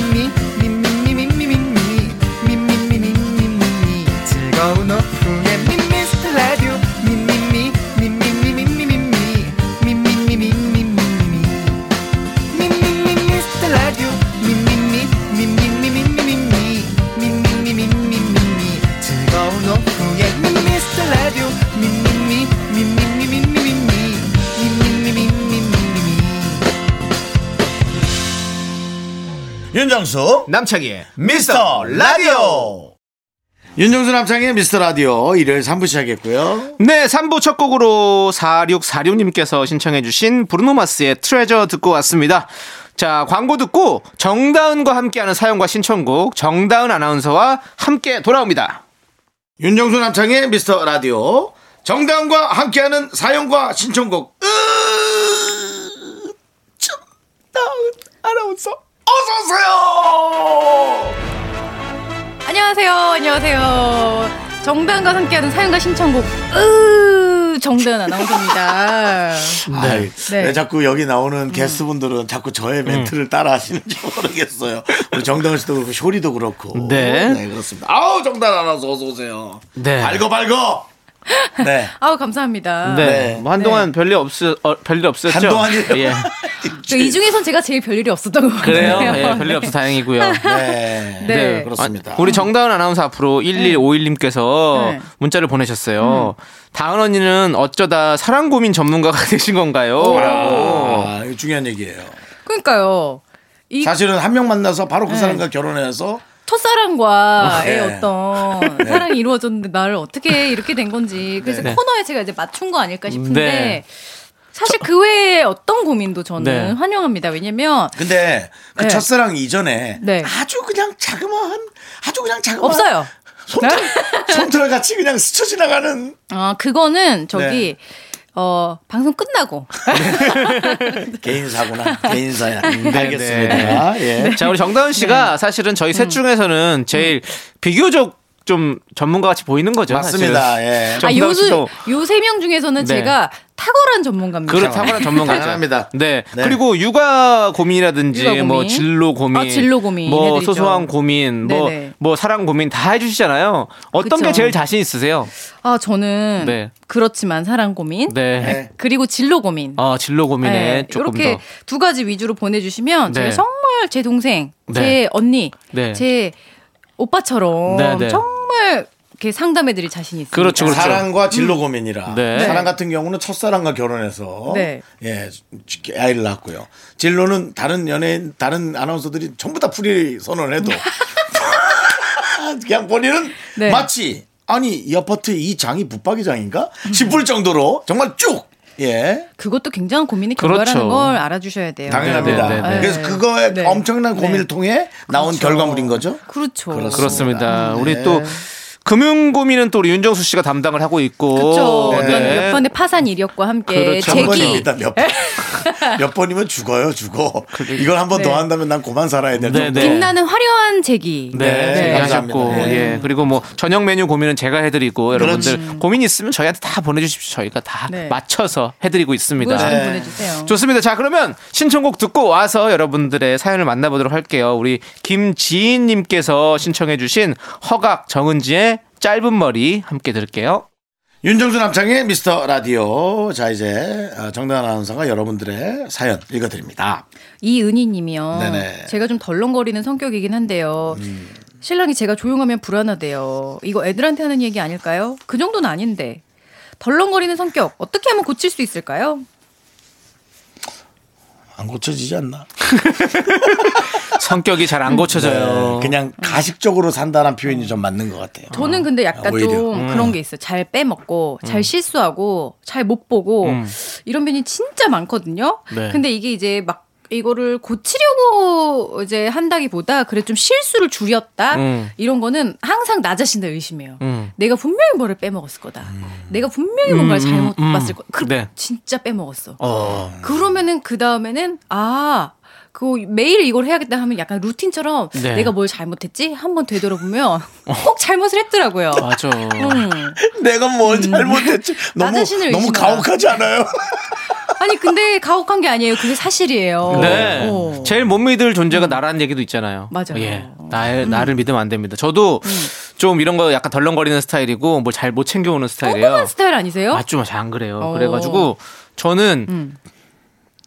미미미 미미미 미미미 미미미 미미미 즐거운 오후에 미미스터 라디오 미미미 미미미 미미미 미미미 미미미 미미미 윤정수 남창희의 미스터 라디오 윤정수 남창희의 미스터 라디오 일요일 3부 시작했고요. 네, 3부 첫 곡으로 4646님께서 신청해주신 브루노마스의 트레저 듣고 왔습니다. 자, 광고 듣고 정다은과 함께하는 사연과 신청곡 정다은 아나운서와 함께 돌아옵니다. 윤정수 남창의 미스터 라디오 정다운과 함께하는 사연과 신청곡 으... 정다운 아나운서 어서 오세요. 안녕하세요. 안녕하세요. 정다은과 함께하는 사연과 신청곡 으 정다은 아나운서입니다. 아이, 네. 음. 왜 자꾸 여기 나오는 게스트분들은 자꾸 저의 음. 멘트를 따라 하시는지 모르겠어요. 우리 정다은 씨도 그렇고 쇼리도 그렇고. 네. 그렇습니다. 아우 정다은 아나운서 어서 오세요. 네. 밝어 밝어. 네. 아우 감사합니다. 네. 네. 뭐 한동안 별일 없으 어, 별일 없었죠. 한동안이요? 예. 그이 중에선 제가 제일 별일이 없었던 것 그래요. 같아요. 예, 별일 없어 다행이고요. 네. 네. 네. 그렇습니다. 네. 아, 우리 정다은 아나운서 앞으로 1151님께서 네. 문자를 보내셨어요. 음. 다은 언니는 어쩌다 사랑 고민 전문가가 되신 건가요? 라고. 어, 아, 이거 중요한 얘기예요. 그러니까요. 이 네. 사실은 한 명 만나서 바로 그 사람과 결혼해서 첫사랑과의 네. 어떤 사랑이 이루어졌는데 나를 어떻게 이렇게 된 건지 그래서 네. 코너에 제가 이제 맞춘 거 아닐까 싶은데 네. 사실 그 외에 어떤 고민도 저는 네. 환영합니다. 왜냐면 근데 그 네. 첫사랑 이전에 네. 아주 그냥 자그마한 아주 그냥 자그마한 없어요. 손톱 손톱 같이 그냥 스쳐 지나가는 아 그거는 네. 저기 어 방송 끝나고 개인사구나 개인사야 음, 네, 알겠습니다 예. 자, 우리 정다은 네. 씨가 사실은 저희 음. 셋 중에서는 제일 비교적 좀 전문가 같이 보이는 거죠. 맞습니다 사실은. 예. 좀- 아, 정다은 요새 씨도. 요세 명 중에서는 네. 제가 탁월한 전문가입니다. 그렇 탁월한 전문가죠. 당연합니다. 네. 네. 그리고 육아 고민이라든지 육아 고민. 뭐 진로 고민, 아, 진로 고민 뭐 해드리죠. 소소한 고민, 뭐 뭐 네네. 사랑 고민 다 해주시잖아요. 어떤 게 그쵸. 제일 자신 있으세요? 아, 저는 네. 그렇지만 사랑 고민 네. 네. 그리고 진로 고민. 어, 진로 고민에 조금 네. 이렇게 더. 두 가지 위주로 보내주시면 네. 제가 정말 제 동생, 네. 제 언니, 네. 제 오빠처럼 네, 네. 정말 이렇게 상담해드릴 자신이 있습니다. 그렇죠, 그렇죠. 사랑과 진로 고민이라 네. 사랑 같은 경우는 첫사랑과 결혼해서 네. 예 아이를 낳았고요 진로는 다른 연예인 다른 아나운서들이 전부 다 풀이 선언을 해도 그냥 본인은 네. 마치 아니 이 아파트 이 장이 붙박이장인가 싶을 정도로 정말 쭉예 그것도 굉장한 고민이 그렇죠. 결과라는 걸 알아주셔야 돼요. 당연합니다 네, 네, 네, 네. 그래서 네. 그거에 네. 엄청난 고민을 네. 통해 나온 그렇죠. 결과물인 거죠 그렇죠. 그렇습니다. 네. 우리 또 금융 고민은 또 우리 윤정수 씨가 담당을 하고 있고. 그렇죠. 네. 어떤 몇 번의 파산 이력과 함께 그렇죠. 몇 대기. 재기 번입니다. 몇 번. 몇 번이면 죽어요, 죽어. 이걸 한 번 더 네. 한다면 난 그만 살아야 될 네, 정도. 네. 빛나는 화려한 재기. 네, 네, 하셨고 감사합니다. 예 그리고 뭐 저녁 메뉴 고민은 제가 해드리고 여러분들 고민 있으면 저희한테 다 보내주십시오 저희가 다 네. 맞춰서 해드리고 있습니다. 무엇이든 보내주세요. 좋습니다. 자, 그러면 신청곡 듣고 와서 여러분들의 사연을 만나보도록 할게요. 우리 김지인님께서 신청해주신 허각 정은지의 짧은 머리 함께 들을게요. 윤정수 남창의 미스터 라디오. 자, 이제 어, 정단 아나운서가 여러분들의 사연 읽어드립니다. 이은희님이요. 네네. 제가 좀 덜렁거리는 성격이긴 한데요. 신랑이 제가 조용하면 불안하대요. 이거 애들한테 하는 얘기 아닐까요? 그 정도는 아닌데 덜렁거리는 성격 어떻게 하면 고칠 수 있을까요? 안 고쳐지지 않나? 성격이 잘 안 네, 고쳐져요. 그냥 가식적으로 산다는 표현이 좀 맞는 것 같아요. 저는 근데 약간 오히려. 음. 좀 그런 게 있어요. 잘 빼먹고, 음. 잘 실수하고, 잘 못 보고, 이런 면이 진짜 많거든요. 네. 근데 이게 이제 막, 이거를 고치려고 이제 한다기보다 그래 좀 실수를 줄였다 음. 이런 거는 항상 나 자신을 의심해요. 음. 내가 분명히 뭐를 빼먹었을 거다. 음. 내가 분명히 뭔가를 음, 잘못 음, 봤을 거다. 그 네. 진짜 빼먹었어. 어, 그러면은 그 다음에는 아. 그 매일 이걸 해야겠다 하면 약간 루틴처럼 네. 내가 뭘 잘못했지 한번 되돌아보면 어. 꼭 잘못을 했더라고요. 맞아. 예. 음. 내가 뭘 잘못했지? 나 너무, 자신을 너무 의심하라. 가혹하지 않아요? 아니 근데 가혹한 게 아니에요. 그게 사실이에요. 네. 어. 제일 못 믿을 존재가 나라는 얘기도 있잖아요. 맞아요. 음. 예. 나의, 나를 믿으면 안 됩니다. 저도 좀 이런 거 약간 덜렁거리는 스타일이고 뭘 잘 못 챙겨오는 스타일이에요. 꼼꼼한 스타일 아니세요? 맞죠, 잘 안 그래요. 어. 그래가지고 저는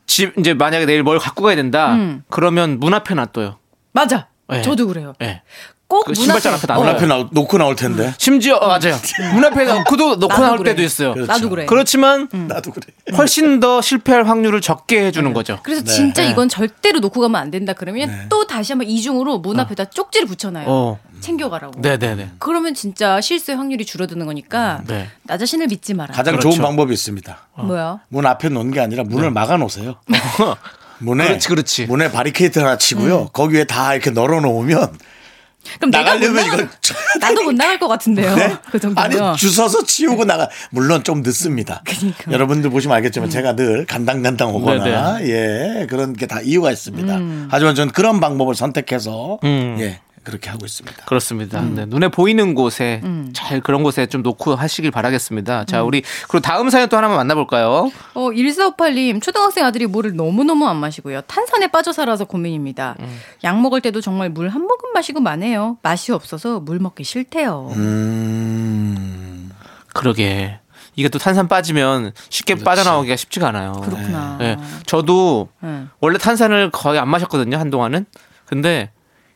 집 이제 만약에 내일 뭘 갖고 가야 된다, 음. 그러면 문 앞에 놔둬요. 맞아. 예. 저도 그래요. 예. 꼭 그 문 신발장 앞에 앞에 놔둬요. 앞에 나, 놓고 나올 텐데. 심지어 어, 맞아요. 문 앞에 놓고도 놓고 나도 나올 그래. 때도 있어요. 그렇죠. 나도 그래. 음. 그렇지만 나도 그래. 훨씬 더 실패할 확률을 적게 해주는 거죠. 그래서 진짜 네. 이건 절대로 놓고 가면 안 된다 그러면 또 다시 한번 이중으로 문 앞에다 쪽지를 붙여놔요. 아. 어. 챙겨가라고. 네네네. 그러면 진짜 실수의 확률이 줄어드는 거니까 네. 어. 나 자신을 믿지 마라. 가장 그렇죠. 좋은 방법이 있습니다. 뭐야? 문 앞에 놓는 게 아니라 네. 문을 막아 놓으세요. 문에 그렇지, 그렇지. 문에 바리케이트 하나 치고요. 거기에 다 이렇게 널어 놓으면 그럼 음. 내가 못 나가려면 나가는- 이걸 쳐야 나도 못 나갈 것 같은데요. 그 아니 정도면. 네. 주워서 치우고 나가 물론 좀 늦습니다. 그러니까. 여러분들 보시면 알겠지만 제가 늘 간당간당 오거나 네, 예 그런 게 다 이유가 있습니다. 음. 하지만 저는 그런 방법을 선택해서 예 그렇게 하고 있습니다. 그렇습니다. 음. 네, 눈에 보이는 곳에 잘 그런 곳에 좀 놓고 하시길 바라겠습니다. 자, 우리 그리고 다음 사연 또 하나만 만나볼까요? 어, 1458님, 초등학생 아들이 물을 너무너무 안 마시고요. 탄산에 빠져 살아서 고민입니다. 음. 약 먹을 때도 정말 물 한 모금 마시고 마네요. 맛이 없어서 물 먹기 싫대요. 음. 그러게 이게 또 탄산 빠지면 쉽게 빠져나오기가 쉽지가 않아요. 그렇구나. 예, 저도 네. 어, 원래 탄산을 거의 안 마셨거든요 한동안은. 근데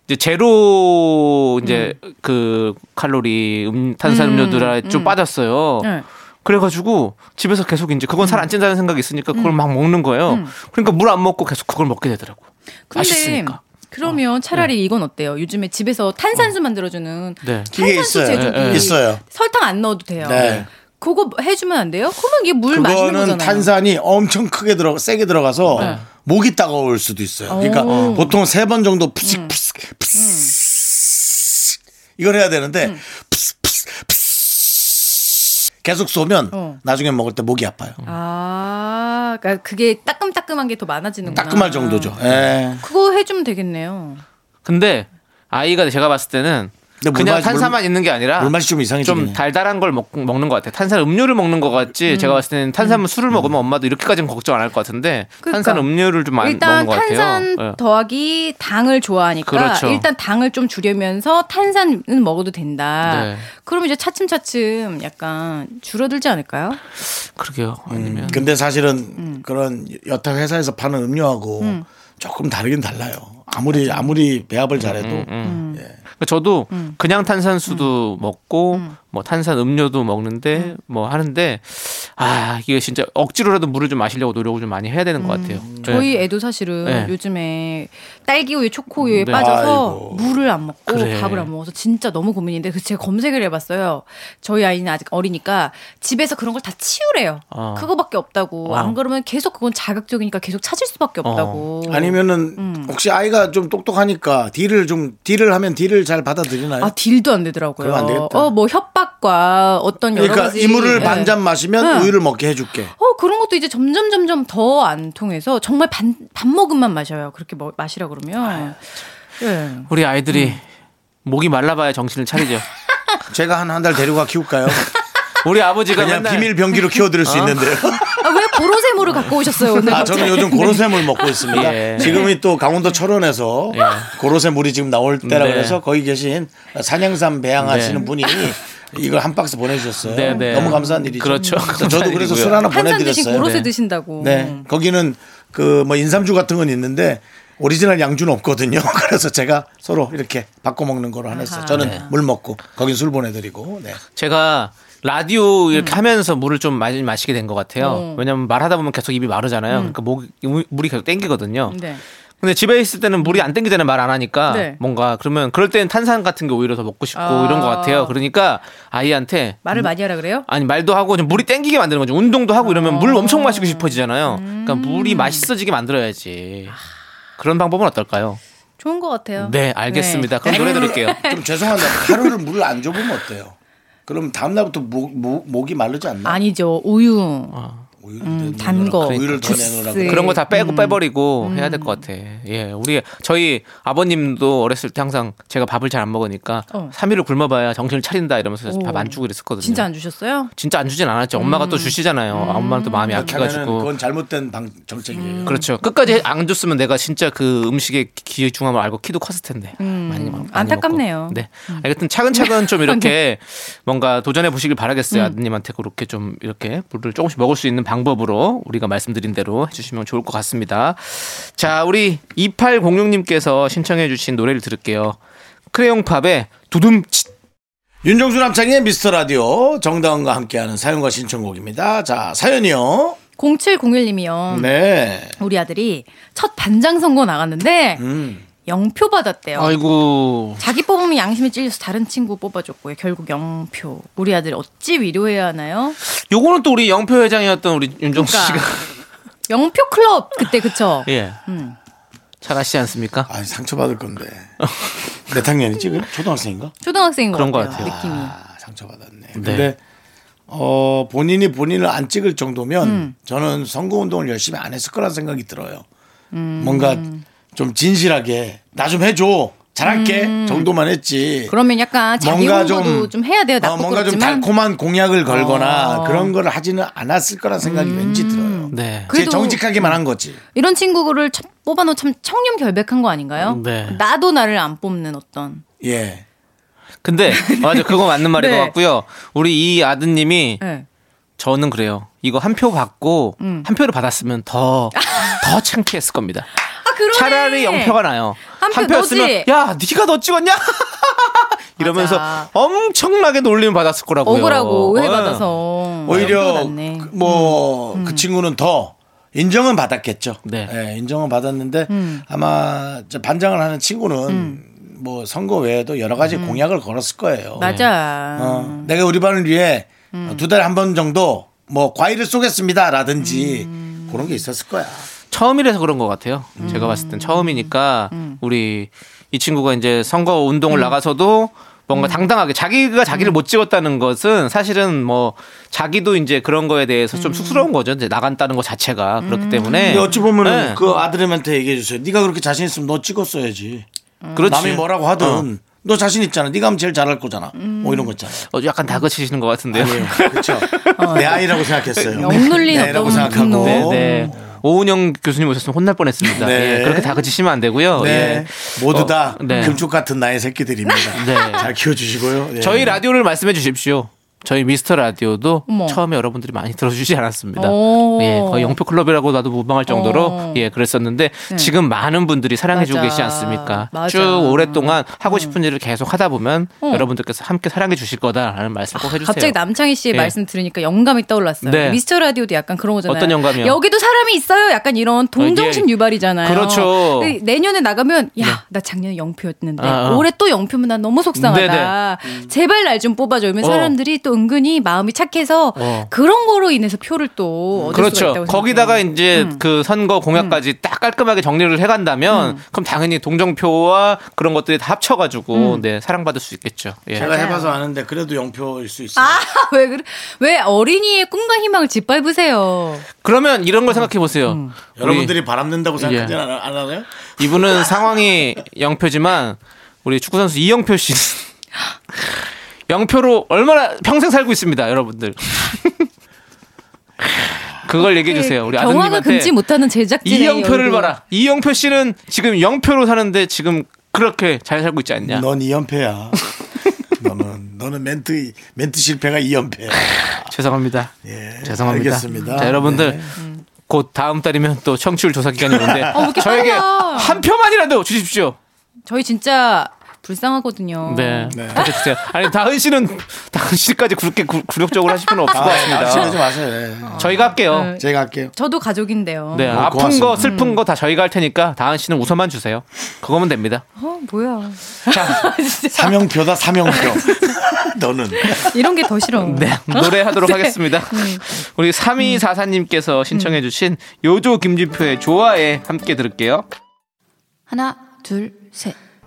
이제 제로 이제 음. 그 칼로리 음, 탄산 음료들에 좀 빠졌어요. 네. 음. 그래가지고 집에서 계속 이제 그건 살 안 찐다는 생각이 있으니까 그걸 막 먹는 거예요. 그러니까 물 안 먹고 계속 그걸 먹게 되더라고. 근데 맛있으니까. 그러면 어, 차라리 네. 이건 어때요? 요즘에 집에서 탄산수 만들어주는 네. 기계 탄산수 있어요. 제조기 네, 예, 예. 있어요. 설탕 안 넣어도 돼요. 네. 그거 해주면 안 돼요? 그러면 이게 물 마시는 그거는 거잖아요. 네. 탄산이 엄청 크게 들어 세게 들어가서 목이 따가울 수도 있어요. 그러니까 오. 음. 보통 세 번 정도 푸식 푸식 푸식 이걸 해야 되는데 음. 푸식 푸식 푸식 계속 쏘면 어. 나중에 먹을 때 목이 아파요. 아, 그러니까 그게 따끔따끔한 게 더 많아지는구나. 따끔할 정도죠. 예. 그거 해주면 되겠네요. 근데 아이가 제가 봤을 때는 근데 물 그냥 맛이- 탄산만 물- 있는 게 아니라 물 맛이 좀 이상해지긴 네. 해. 달달한 걸 먹, 는것 같아. 요 탄산 음료를 먹는 것 같지. 제가 봤을 때는 탄산 뭐 술을 먹으면 엄마도 이렇게까지는 걱정 안 할 것 같은데 음. 그러니까. 탄산 음료를 좀 많이 먹는 일단 것 같아요. 탄산 예. 더하기 당을 좋아하니까 그렇죠. 일단 당을 좀 줄이면서 탄산은 먹어도 된다. 네. 그럼 이제 차츰차츰 약간 줄어들지 않을까요? 그러게요. 음. 아니면 음. 근데 사실은 그런 여타 회사에서 파는 음료하고 조금 다르긴 달라요. 아무리 아무리 배합을 잘해도 그러니까 저도 음. 그냥 탄산수도 먹고 뭐 탄산 음료도 먹는데 뭐 하는데 아 이게 진짜 억지로라도 물을 좀 마시려고 노력을 좀 많이 해야 되는 것 같아요. 음. 저희 예. 애도 사실은 네. 요즘에 딸기우유, 초코우유에 네. 빠져서 아이고. 물을 안 먹고 그래. 밥을 안 먹어서 진짜 너무 고민인데 그 제가 검색을 해봤어요. 저희 아이는 아직 어리니까 집에서 그런 걸 다 치우래요. 어. 그거밖에 없다고. 어. 안 그러면 계속 그건 자극적이니까 계속 찾을 수밖에 없다고. 아니면은 음. 혹시 아이가 좀 똑똑하니까 딜을 좀 딜을 하면 딜을 잘 받아들이나요? 아 딜도 안 되더라고요. 그럼 안 되겠다. 어 뭐 협박과 어떤 여러 그러니까 가지 이물을 예. 반잔 마시면 응. 우유를 먹게 해줄게. 어 그런 것도 이제 점점 점점 더 안 통해서 정말 반 반 모금만 마셔요. 그렇게 뭐, 마시라 그러면 예. 우리 아이들이 목이 말라봐야 정신을 차리죠. 제가 한 한 달 데리고 가 키울까요? 우리 아버지가 그냥 맨날 어. 비밀 병기로 키워드릴 수 있는데요. 아왜 보로세모를 갖고 오셨어요 오늘? 아 저는 요즘 고로쇠물 먹고 있습니다. 네, 예. 지금이 또 강원도 철원에서 고로쇠물이 지금 나올 때라 네. 그래서 거기 계신 산양산 배양하시는 네. 분이 이걸 한 박스 보내주셨어요. 네, 네. 너무 감사한 일이죠. 그렇죠. 그래서 저도 그래서 감사한 술 하나 한산 드신 보내드렸어요. 고로세 네. 드신다고. 네. 거기는 그 뭐 인삼주 같은 건 있는데 오리지널 양주는 없거든요. 그래서 제가 서로 이렇게 바꿔 먹는 거로 하나 했어요. 저는 물 먹고 거긴 술 보내드리고. 네. 제가 라디오 이렇게 음. 하면서 물을 좀 많이 마시게 된 것 같아요. 네. 왜냐면 말하다 보면 계속 입이 마르잖아요. 그러니까 목 물이 계속 땡기거든요. 음. 네. 음. 근데 집에 있을 때는 물이 안 땡기잖아요. 말 안 하니까 네. 뭔가 그러면 그럴 때는 탄산 같은 게 오히려 더 먹고 싶고 아. 이런 것 같아요. 그러니까 아이한테 말을 많이 하라 그래요? 아니 말도 하고 좀 물이 땡기게 만드는 거죠. 운동도 하고 이러면 물 엄청 마시고 싶어지잖아요. 그러니까 음. 물이 맛있어지게 아. 만들어야지. 그런 방법은 어떨까요? 좋은 것 같아요. 네, 알겠습니다. 네. 그럼 노래 들을게요. 좀 죄송한데 하루를 물을 안 줘보면 어때요? 그럼 다음 날부터 목, 목, 목이 마르지 않나? 아니죠 우유, 우유 그러니까 음, 단 거, 우유를 더 주스. 내놓으라고. 그러니까 그런 거 다 음. 빼고 빼버리고 해야 될 것 같아. 예, 우리 저희 아버님도 어렸을 때 항상 제가 밥을 잘 안 먹으니까 어. 3일을 굶어봐야 정신을 차린다 이러면서 오. 밥 안 주고 이랬었거든요. 진짜 안 음. 주셨어요? 진짜 안 주진 않았죠. 엄마가 또 주시잖아요. 엄마는 또 마음이 그러면 약해가지고. 그건 잘못된 방, 정책이에요. 그렇죠. 끝까지 안 줬으면 내가 진짜 그 음식의 귀중함을 알고 키도 컸을 텐데. 많이, 먹- 많이 음. 안타깝네요. 음. 네. 먹고. 네. 하여튼 차근차근 좀 이렇게 뭔가 도전해 보시길 음. 바라겠어요. 아드님한테 그렇게 좀 이렇게 물을 조금씩 먹을 수 있는 방법으로 우리가 말씀드린 대로 해주시면 좋을 것 같습니다. 자, 우리 2806님께서 신청해 주신 노래를 들을게요. 크레용팝의 두둠칫. 윤정수 남창의 미스터 라디오 정다은과 함께하는 사연과 신청곡입니다. 자, 사연이요. 0701님이요. 네. 우리 아들이 첫 반장 선거 나갔는데 음. 영표 받았대요. 아이고. 자기 뽑으면 양심이 찔려서 다른 친구 뽑아줬고요. 결국 영표. 우리 아들 어찌 위로해야 하나요? 요거는 또 우리 영표 회장이었던 우리 윤정수 그러니까 씨가. 영표 클럽 그때 그쵸? 예. 잘하시지 않습니까? 아 상처받을 건데. 몇 학년이지? 금 초등학생인가? 초등학생인 것 그런 것 같아요. 같아요. 느낌이. 아, 상처받았네. 근데 어, 본인이 본인을 안 찍을 정도면 음. 저는 선거 운동을 열심히 안 했을 거란 생각이 들어요. 음. 뭔가 좀 진실하게 나 좀 해줘 잘할게 정도만 했지. 음. 그러면 약간 자기 뭔가 홍보도 좀, 해야 돼요. 어, 나쁘고 뭔가 좀 그렇지만. 달콤한 공약을 걸거나 어. 음. 그런 걸 하지는 않았을 거란 생각이 왠지 들어요. 네. 제 그래도- 정직하게만 한 거지. 이런 친구를 참- 뽑아놓은 참 청렴 결백한 거 아닌가요? 네. 나도 나를 안 뽑는 어떤. 예. 근데 맞아 그거 맞는 말인 네. 것 같고요. 우리 이 아드님이 네. 음. 저는 그래요. 이거 한 표 받고 한 표를 받았으면 더 더 창피했을 겁니다. 아 그러네. 차라리 영표가 나요. 한표 한 표였으면 너지? 야 네가 너 찍었냐? 이러면서 맞아. 엄청나게 놀림 받았을 거라고요. 억울하고 예. 오해받아서. 뭐 오히려 영표가 났네. 음. 뭐 그 친구는 더 인정은 받았겠죠. 네. 예, 인정은 받았는데 음. 아마 저 반장을 하는 친구는 뭐 선거 외에도 여러 가지 공약을 걸었을 거예요. 음. 맞아. 음. 어, 내가 우리 반을 위해 두 달에 한 번 정도 뭐 과일을 쏘겠습니다라든지 음. 그런 게 있었을 거야. 처음이라서 그런 것 같아요. 제가 봤을 땐 처음이니까 우리 이 친구가 이제 선거 음. 운동을 나가서도 뭔가 당당하게 자기가 자기를 못 찍었다는 것은 사실은 뭐 자기도 이제 그런 거에 대해서 좀 쑥스러운 거죠. 이제 나간다는 것 자체가 그렇기 때문에. 음. 근데 어찌 보면은 네. 그 아들한테 얘기해 주세요. 네가 그렇게 자신 있으면 너 찍었어야지. 그렇지. 남이 뭐라고 하든 너 자신 있잖아. 네가 하면 제일 잘할 거잖아. 뭐 이런 거 있잖아. 어, 약간 다그치시는 것 같은데요. 네, 그렇죠. 내 아이라고 생각했어요. 억눌린 내 아이라고 어떤 생각하고. 분노. 네, 네. 오은영 교수님 오셨으면 혼날 뻔했습니다. 네. 예, 그렇게 다그치시면 안 되고요. 네. 예. 모두 어, 다 네. 금쪽 같은 나의 새끼들입니다. 네. 잘 키워주시고요. 예. 저희 라디오를 말씀해 주십시오. 저희 미스터 라디오도 어머. 처음에 여러분들이 많이 들어주지 않았습니다. 오. 예, 거의 영표 클럽이라고 나도 무방할 정도로 어. 예 그랬었는데 지금 많은 분들이 사랑해주고 맞아. 계시지 않습니까? 맞아. 음. 쭉 오랫동안 하고 싶은 일을 계속 하다 보면 어. 아, 여러분들께서 함께 사랑해 주실 거다라는 말씀 꼭 해주세요. 갑자기 남창희 씨의 예. 말씀 들으니까 영감이 떠올랐어요. 네. 미스터 라디오도 약간 그런 거잖아요. 어떤 영감이요? 여기도 사람이 있어요. 약간 이런 동정심 어, 예. 유발이잖아요. 그렇죠. 네. 근데 내년에 나가면 야, 나 작년에 영표였는데 아, 아. 올해 또 영표면 난 너무 속상하다. 음. 제발 날 좀 뽑아줘. 이러면 어. 사람들이 또 은근히 마음이 착해서 어. 그런 거로 인해서 표를 또 얻을 수가 그렇죠. 있다고 거기다가 생각해요. 음. 이제 그 선거 공약까지 딱 깔끔하게 정리를 해간다면 음. 그럼 당연히 동정표와 그런 것들이 다 합쳐가지고 음. 네 사랑받을 수 있겠죠. 예. 제가 해봐서 아는데 그래도 영표일 수 있어요. 아, 왜 그래? 왜 어린이의 꿈과 희망을 짓밟으세요? 그러면 이런 어. 걸 생각해 보세요. 음. 여러분들이 바람낸다고 생각하지 예. 않- 안 하나요? 이분은 상황이 영표지만 우리 축구 선수 이영표 씨는 영표로 얼마나 평생 살고 있습니다, 여러분들. 그걸 얘기해 주세요. 우리 경화가 아드님한테 금치 못하는 제작진의 이영표를 얼굴. 봐라. 이영표 씨는 지금 영표로 사는데 지금 그렇게 잘 살고 있지 않냐? 넌 이연패야. 너는 너는 멘트 멘트 실패가 이연패야. 죄송합니다. 예, 죄송합니다. 알겠습니다. 자, 여러분들 네. 곧 다음 달이면 또 청취율 조사 기간이 오는데 어, 왜 이렇게 저에게 빨라? 한 표만이라도 주십시오. 저희 진짜 불쌍하거든요. 네. 네. 부탁해주세요. 아니 다은 씨는 다은 씨까지 그렇게 구, 굴욕적으로 하실 필요는 없을 아, 것 하지 같습니다. 마세요. 예. 저희가 할게요. 네. 제가 할게요. 저도 가족인데요. 네, 어, 아픈 고맙습니다. 거 슬픈 거 다 저희가 할 테니까 다은 씨는 웃어만 주세요. 그거면 됩니다. 어, 뭐야. 아, 삼형표다 삼형표. 너는 이런 게 더 싫어. 네, 노래하도록 하겠습니다. 우리 3244님께서 신청해 주신 요조 김진표의 좋아해 함께 들을게요. 하나, 둘, 셋.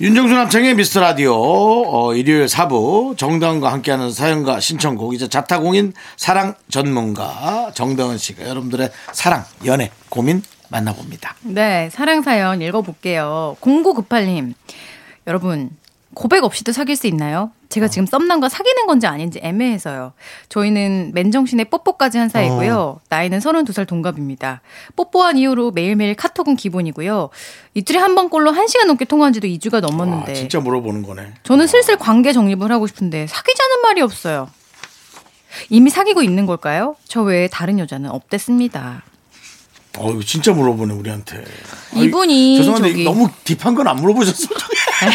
윤정수 남창의 미스터 라디오 어, 일요일 4부 정다은과 함께하는 사연과 신청곡 이제 자타공인 사랑 전문가 정다은 씨가 여러분들의 사랑 연애 고민 만나봅니다. 네, 사랑 사연 읽어볼게요. 0998님. 여러분, 고백 없이도 사귈 수 있나요? 제가 어. 지금 썸남과 사귀는 건지 아닌지 애매해서요. 저희는 맨정신에 뽀뽀까지 한 사이고요. 어. 나이는 32살 동갑입니다. 뽀뽀한 이후로 매일매일 카톡은 기본이고요. 이틀에 한 번꼴로 1시간 넘게 통화한 지도 2주가 와, 넘었는데. 진짜 물어보는 거네. 저는 슬슬 관계 정립을 하고 싶은데 사귀자는 말이 없어요. 이미 사귀고 있는 걸까요? 저 외에 다른 여자는 없댔습니다. 어, 이거 진짜 물어보네 우리한테. 이분이 죄송한데 저기- 너무 딥한 건 안 물어보셨으면 좋겠어요.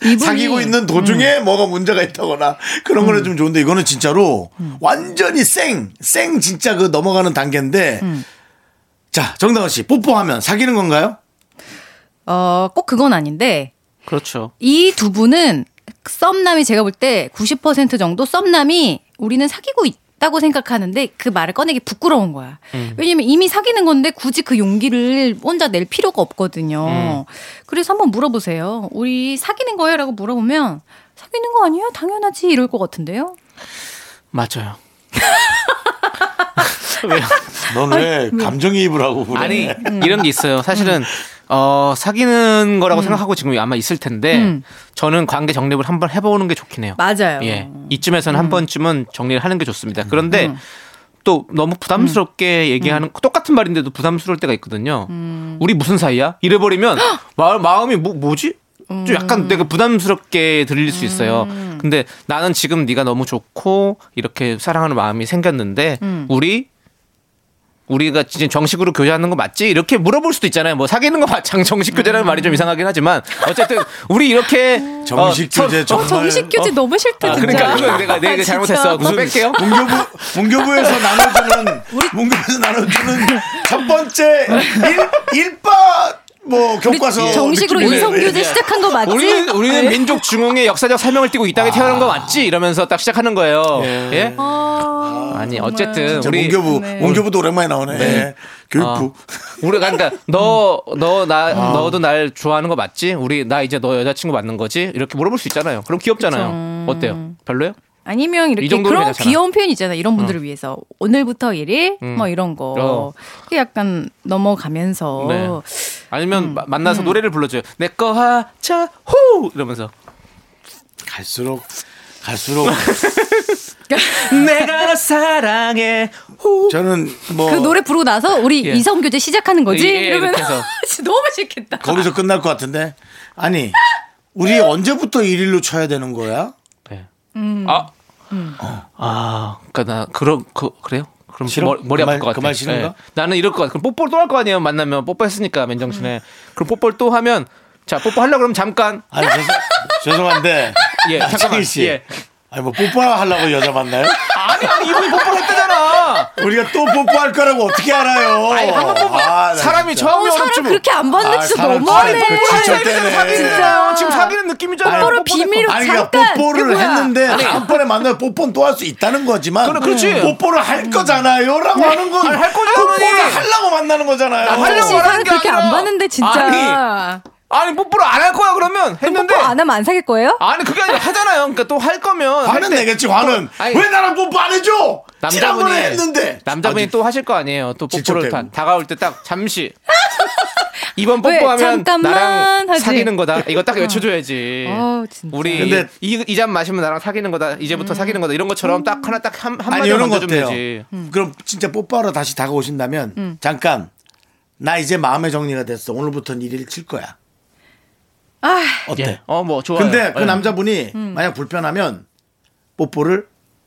이분이- 음. 사귀고 있는 도중에 뭐가 문제가 있다거나 그런 거는 좀 좋은데 이거는 진짜로 음. 완전히 생, 생 진짜 그 넘어가는 단계인데 음. 자, 정다은 씨, 뽀뽀하면 사귀는 건가요? 어, 꼭 그건 아닌데 그렇죠. 이 두 분은 썸남이 제가 볼 때 90% 정도 썸남이 우리는 사귀고 있다고 생각하는데 그 말을 꺼내기 부끄러운 거야. 음. 왜냐면 이미 사귀는 건데 굳이 그 용기를 혼자 낼 필요가 음. 없거든요. 그래서 한번 물어보세요. 우리 사귀는 거예요? 라고 물어보면 사귀는 거 아니에요? 당연하지. 이럴 것 같은데요? 맞아요. 왜요? 넌 왜 감정이입을 하고 그래? 아니 음. 이런 게 있어요. 사실은 어, 사귀는 거라고 생각하고 지금 아마 있을 텐데 음. 저는 관계 정립을 한번 해보는 게 좋긴 해요. 맞아요. 음. 예, 이쯤에서는 한 번쯤은 정리를 하는 게 좋습니다. 그런데 또 너무 음. 부담스럽게 얘기하는 똑같은 말인데도 부담스러울 때가 있거든요. 우리 무슨 사이야? 이래버리면 마, 마음이 뭐, 뭐지? 음. 좀 약간 내가 부담스럽게 들릴 수 있어요. 근데 나는 지금 네가 너무 좋고 이렇게 사랑하는 마음이 생겼는데 우리 우리가 진짜 정식으로 교제하는 거 맞지? 이렇게 물어볼 수도 있잖아요. 뭐 사귀는 거 맞장 정식 교제라는 음. 말이 좀 이상하긴 하지만 어쨌든 우리 이렇게 정식 어, 교제 서- 정말 정식 교제 너무 싫다 아, 진짜. 그러니까 이거 내가 내가 진짜. 잘못했어. 무슨 뺄게요? 문교부 문교부에서 나눠주는 문교부에서 나눠주는 그 첫 번째 일 일바 뭐 교과서 예, 우리 정식으로 느낌이네. 인성 교제 시작한 거 맞지? 우리는 우리는 아, 네. 민족 중흥의 역사적 사명을 띠고 이 아. 땅에 태어난 거 맞지? 이러면서 딱 시작하는 거예요. 예. 아, 아니 어쨌든 진짜 우리 예. 문교부 네. 아. 문교부도 오랜만에 나오네. 예. 교육부 우리가 그러니까 너 너 나 아. 너도 날 좋아하는 거 맞지? 우리 나 이제 너 여자친구 맞는 거지? 이렇게 물어볼 수 있잖아요. 그럼 귀엽잖아요. 어때요? 별로요? 아니면 이렇게 이 정도면 그런 괜찮아. 음. 귀여운 표현 있잖아. 이런 분들을 위해서 오늘부터 1일 뭐 이런 거. 어. 그게 약간 넘어가면서 네. 아니면 마- 만나서 노래를 불러줘요. 내 거 하자 호 이러면서 갈수록 갈수록 내가 너 사랑해 호 저는 뭐 그 노래 부르고 나서 우리 예. 이성 교제 시작하는 거지. 예, 예, 이러면 이렇게 해서. 그 진짜 너무 싫겠다. 거기서 끝날 것 같은데 아니 우리 언제부터 일일로 쳐야 되는 거야? 네. 음. 아, 어. 아, 그러니까 나 그런 그 그래요? 그럼 싫어? 머리, 머리 그 아플 말- 것 같아. 그말 싫은가? 예. 나는 이럴 것 같아. 그럼 뽀뽀를 또 할 거 아니에요? 만나면 뽀뽀했으니까 맨정신에. 음. 그럼 뽀뽀를 또 하면 자 뽀뽀 하려 고 그러면 잠깐 아니 죄송, 죄송한데 예 잠깐만 창희 씨. 예. 아니 뭐 뽀뽀하려고 여자 만나요? 아니 아니 이분이 뽀뽀를 했다잖아. 어. 우리가 또 뽀뽀할 거라고 어떻게 알아요? 아니 한번 뽀뽀 아, 나 사람이 진짜. 어, 처음에 사람 어렵지 뭐. 그렇게 안 봤는데 아, 진짜 사람 너무하네. 진짜 그렇게 사귀는 진짜 진짜. 느낌이잖아요. 지금 사귀는 느낌이잖아요. 뽀뽀를 뽀뽀를 비밀로 아니 잠깐. 그러니까 뽀뽀를 그게 뭐야. 했는데 다음번에 만나면 뽀뽀는 또 할 수 있다는 거지만 음, 그래, 그렇지. 음. 네. 뽀뽀를 할 거잖아요라고 하는 건그 아니, 할 거잖아, 뽀뽀를 언니. 하려고 만나는 거잖아요. 나 하려고 사실 말하는 사람 게 그렇게 안 아니라. 봤는데 진짜. 아니 뽀뽀를 안 할 거야 그러면 했는데 뽀뽀 어, 안 하면 안 사귈 거예요? 아니 그게 아니라 하잖아요. 그러니까 또 할 거면 할 화는 때 내겠지 화는 아니, 왜 나랑 뽀뽀 안 해줘? 지난번에 했는데 남자분이 아주 또 하실 거 아니에요. 또 뽀뽀를 직접 다, 대고. 다가올 때 딱 잠시 이번 왜? 뽀뽀하면 잠깐만 나랑 하지. 사귀는 거다. 이거 딱 외쳐줘야지. 어, 진짜. 음. 우리 근데- 이이 잔 마시면 나랑 사귀는 거다. 이제부터 사귀는 거다. 이런 것처럼 딱 하나 딱 한 아니 한마디 이런 거 얹어주면 어때요? 되지. 음. 그럼 진짜 뽀뽀하러 다시 다가오신다면 음. 잠깐 나 이제 마음의 정리가 됐어. 오늘부터는 일일 칠 거야. 아, 어때? 예. 어뭐 좋아요. 네. 근데 그 예. 남자분이 만약 불편하면 뽀뽀를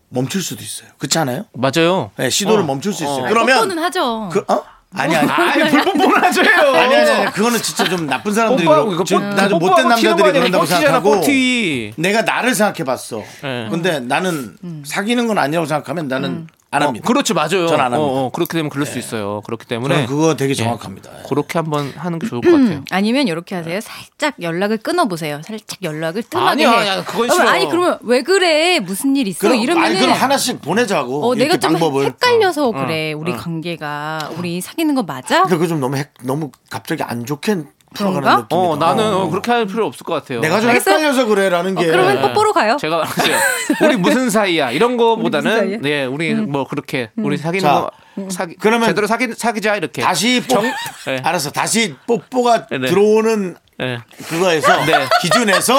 멈출 수도 있어요. 그렇지 않아요? 맞아요. 네, 시도를 어. 멈출 수 있어요. 어. 그러면 뽀뽀는 하죠. 그 어? 아니 아니. 아니 불뽀뽀를 하줘요. 아니 아니 아니 그거는 진짜 좀 나쁜 사람들이 뽀뽀하고 이거 그렇고 뽀- 뽀뽀하고 나좀 못된 튀는 거 남자들이 아니야? 그런다고 뽀티잖아, 생각하고 뽀티. 내가 나를 생각해 봤어. 네. 예. 근데 나는 사귀는 건 아니라고 생각하면 나는 음. 어, 안 합니다. 그렇죠 맞아요. 음. 전안 합니다. 네. 어, 어, 그렇게 되면 그럴 수 있어요. 그렇기 때문에 저는 그거 되게 예. 정확합니다. 그렇게 한번 하는 게 좋을 것 같아요. 음. 네. 아니면 이렇게 하세요. 살짝 연락을 끊어보세요. 살짝 연락을 뜸하게 아니야, 해. 아니야, 그건 그러면 싫어. 아니 그러면 왜 그래? 무슨 일 있어? 그럼 이러면은 아니 그럼 하나씩 보내자고. 어, 내가 이렇게 좀 방법을. 헷갈려서 어. 그래. 우리 관계가 우리 사귀는 거 맞아? 근데 그거 좀 너무 헷- 너무 갑자기 안 좋게 풀어가는 그런가? 느낌이다. 어 나는 어, 그렇게 할 필요 없을 것 같아요. 내가 좀 그렇죠. 알겠어요? 헷갈려서 그래라는 게 그러면 뽀뽀로 가요. 제가 말하죠. 우리 무슨 사이야? 이런 우리 거보다는 무슨 음. 네, 우리 뭐 그렇게 우리 사귀는 자, 거 사기 그러면 제대로 사기 사귀자 이렇게. 다시 뽀 예. 네. 알았어 다시 뽀뽀가 네. 들어오는 네. 그거에서 네. 기준에서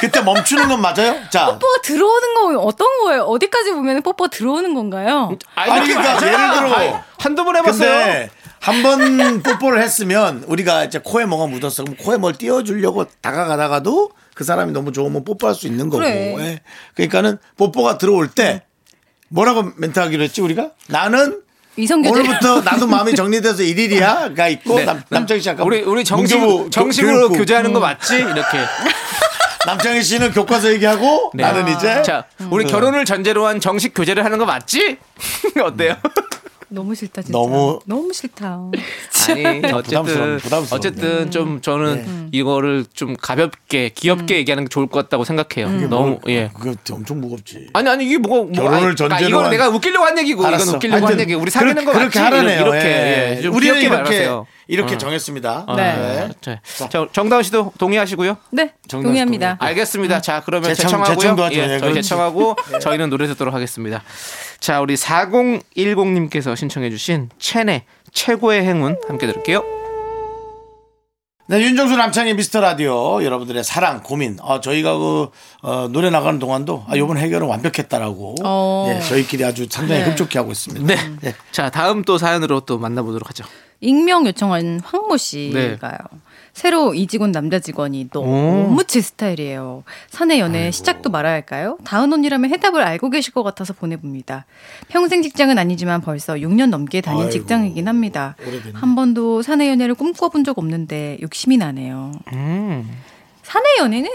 그때 멈추는 건 맞아요? 자 뽀뽀 들어오는 거 어떤 거예요? 어디까지 보면 뽀뽀 들어오는 건가요? 아니, 아니, 이렇게 그러니까 말하잖아. 예를 들어. 아니, 한두 번 해봤어요. 근데 한 번 뽀뽀를 했으면 우리가 이제 코에 뭐가 묻었어 그럼 코에 뭘 띄워주려고 다가가다가도 그 사람이 너무 좋으면 뽀뽀할 수 있는 거고 그래. 네. 예. 그러니까는 뽀뽀가 들어올 때 뭐라고 멘트하기로 했지 우리가 나는 이성교제. 오늘부터 나도 마음이 정리돼서 일일이야가 있고 네. 어, 남, 남창희 씨 아까 우리 우리 정식 문교부 교- 정식으로 음. 교육부. 교제하는 거 맞지? 이렇게. 남창희 씨는 교과서 얘기하고 네. 아, 나는 이제 음. 자, 우리 결혼을 전제로 한 정식 교제를 하는 거 맞지? 어때요? 너무 싫다 아, 진짜. 너무- 너무 싫다. 아니 부담스러워, 어쨌든 부담스러워. 음. 어쨌든 좀 네. 저는 이거를 좀 가볍게 음. 귀엽게 얘기하는 게 좋을 것 같다고 생각해요. 너무 예. 그거 엄청 무겁지. 아니 아니 이게 뭐가 뭐, 결혼을 아니, 그러니까 전제로 이건 한- 내가 웃기려고 한 얘기고 알았어. 뭐 이건 웃기려고 한 하여튼 얘기. 우리 사귀는 그렇- 거 맞지? 그렇게 하라네요. 이렇게 예. 예. 좀 우리는 귀엽게 이렇게 말하세요. 이렇게 어. 정했습니다. 어, 네. 자, 자, 정다은 씨도 동의하시고요. 네 동의합니다. 음. 알겠습니다. 자, 그러면 재청- 제청하고요. 재청도 하죠. 예, 예, 저희 그렇지. 제청하고 저희는 노래 듣도록 하겠습니다. 자, 우리 4010님께서 신청해 주신 첸의 최고의 행운 함께 들을게요. 네, 윤정수 남창의 미스터 라디오 여러분들의 사랑 고민 어, 저희가 그 어, 노래 나가는 동안도 아, 이번 해결은 완벽했다라고 어. 예, 저희끼리 아주 상당히 흡족해 하고 있습니다. 네. 자, 다음 또 사연으로 또 만나보도록 하죠. 익명 요청한 황모 씨가요. 새로 이직 온 남자 직원이 너무 제 스타일이에요. 사내 연애 시작도 말아야 할까요? 다은 언니라면 해답을 알고 계실 것 같아서 보내봅니다. 평생 직장은 아니지만 벌써 6년 넘게 다닌 아이고, 직장이긴 합니다. 한 번도 사내 연애를 꿈꿔본 적 없는데 욕심이 나네요. 음. 사내 연애는